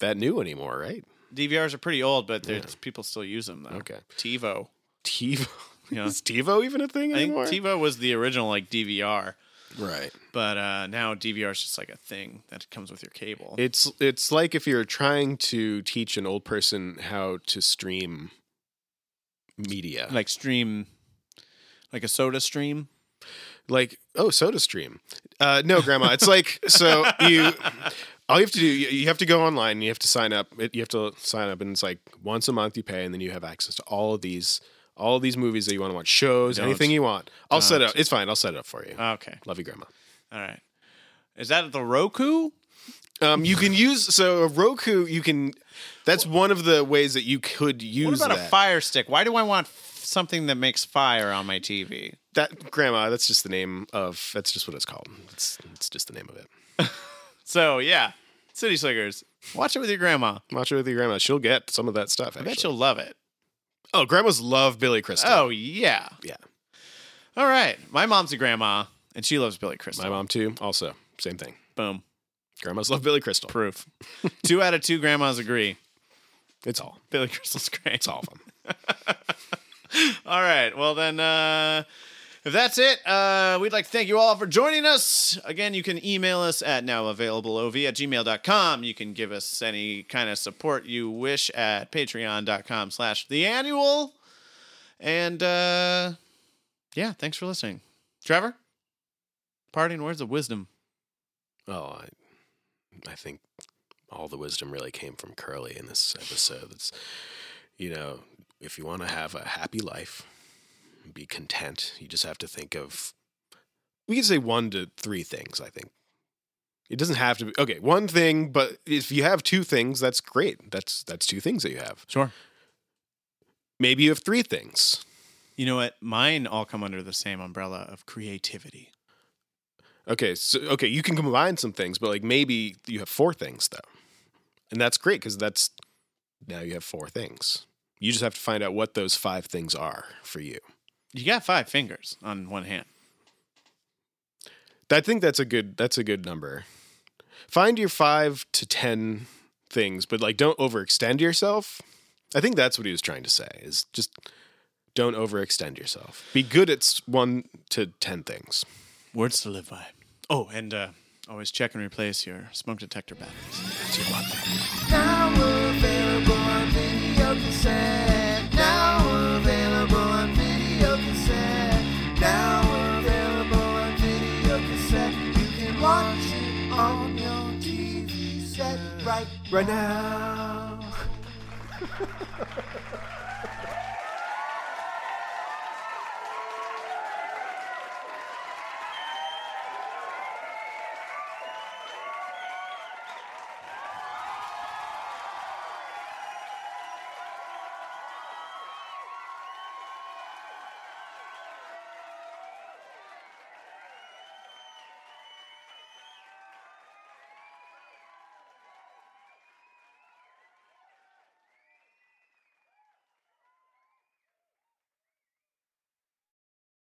Speaker 3: that new anymore, right?
Speaker 2: DVRs are pretty old, but there's people still use them though.
Speaker 3: Okay.
Speaker 2: TiVo.
Speaker 3: TiVo
Speaker 2: Yeah.
Speaker 3: is TiVo even a thing
Speaker 2: I think
Speaker 3: anymore?
Speaker 2: TiVo was the original like DVR,
Speaker 3: right.
Speaker 2: but uh, now DVR is just like a thing that comes with your cable.
Speaker 3: It's it's like if you're trying to teach an old person how to stream media.
Speaker 2: like stream, like a Soda Stream.
Speaker 3: like oh soda stream uh no grandma it's like so you all you have to do you, you have to go online you have to sign up It- you have to sign up and it's like once a month you pay and then you have access to all of these all of these movies that you want to watch shows
Speaker 2: Don't. Uh,
Speaker 3: anything you want i'll set it up it's fine i'll set it up for you
Speaker 2: Okay.
Speaker 3: love you grandma
Speaker 2: All right. Is that the Roku?
Speaker 3: um you can use so a roku you can that's one of the ways that you could use
Speaker 2: What about
Speaker 3: that.
Speaker 2: a Fire Stick? Why do I want f- something that makes fire on my TV?
Speaker 3: that grandma that's just the name of that's just what it's called it's, it's just the name of it
Speaker 2: So yeah, City Slickers. Watch it with your grandma.
Speaker 3: watch it with your grandma she'll get some of that stuff
Speaker 2: I
Speaker 3: actually.
Speaker 2: bet you'll love it.
Speaker 3: oh grandmas love billy crystal
Speaker 2: Oh yeah.
Speaker 3: Yeah.
Speaker 2: All right. My mom's a grandma, and she loves Billy Crystal.
Speaker 3: My mom too. Also, same thing.
Speaker 2: Boom.
Speaker 3: Grandmas love Billy Crystal.
Speaker 2: Proof. two out of two grandmas agree.
Speaker 3: It's all.
Speaker 2: Billy Crystal's great.
Speaker 3: It's all of them.
Speaker 2: All right. Well, then, uh, if that's it, uh, we'd like to thank you all for joining us. Again, you can email us at nowavailableov at gmail.com. You can give us any kind of support you wish at patreon.com slash the annual. And uh, yeah, thanks for listening. Trevor, parting words of wisdom.
Speaker 3: Oh, I, I think all the wisdom really came from Curly in this episode. It's, you know, if you want to have a happy life, be content. You just have to think of. We can say one to three things. I think it doesn't have to be okay. One thing, but if you have two things, that's great. That's that's two things that you have.
Speaker 2: Sure.
Speaker 3: Maybe you have three things.
Speaker 2: You know what? Mine all come under the same umbrella of creativity.
Speaker 3: Okay, so okay, you can combine some things, but like maybe you have four things though, and that's great because that's now you have four things. You just have to find out what those five things are for you.
Speaker 2: You got five fingers on one hand.
Speaker 3: I think that's a good that's a good number. Find your five to ten things, but like don't overextend yourself. I think that's what he was trying to say is just don't overextend yourself. Be good at s- one to 10 things.
Speaker 2: Words to live by. Oh, and uh, always check and replace your smoke detector batteries.
Speaker 1: Now available on video cassette. Now available on video cassette. Now available on video cassette. You can watch it on your TV set right, right now.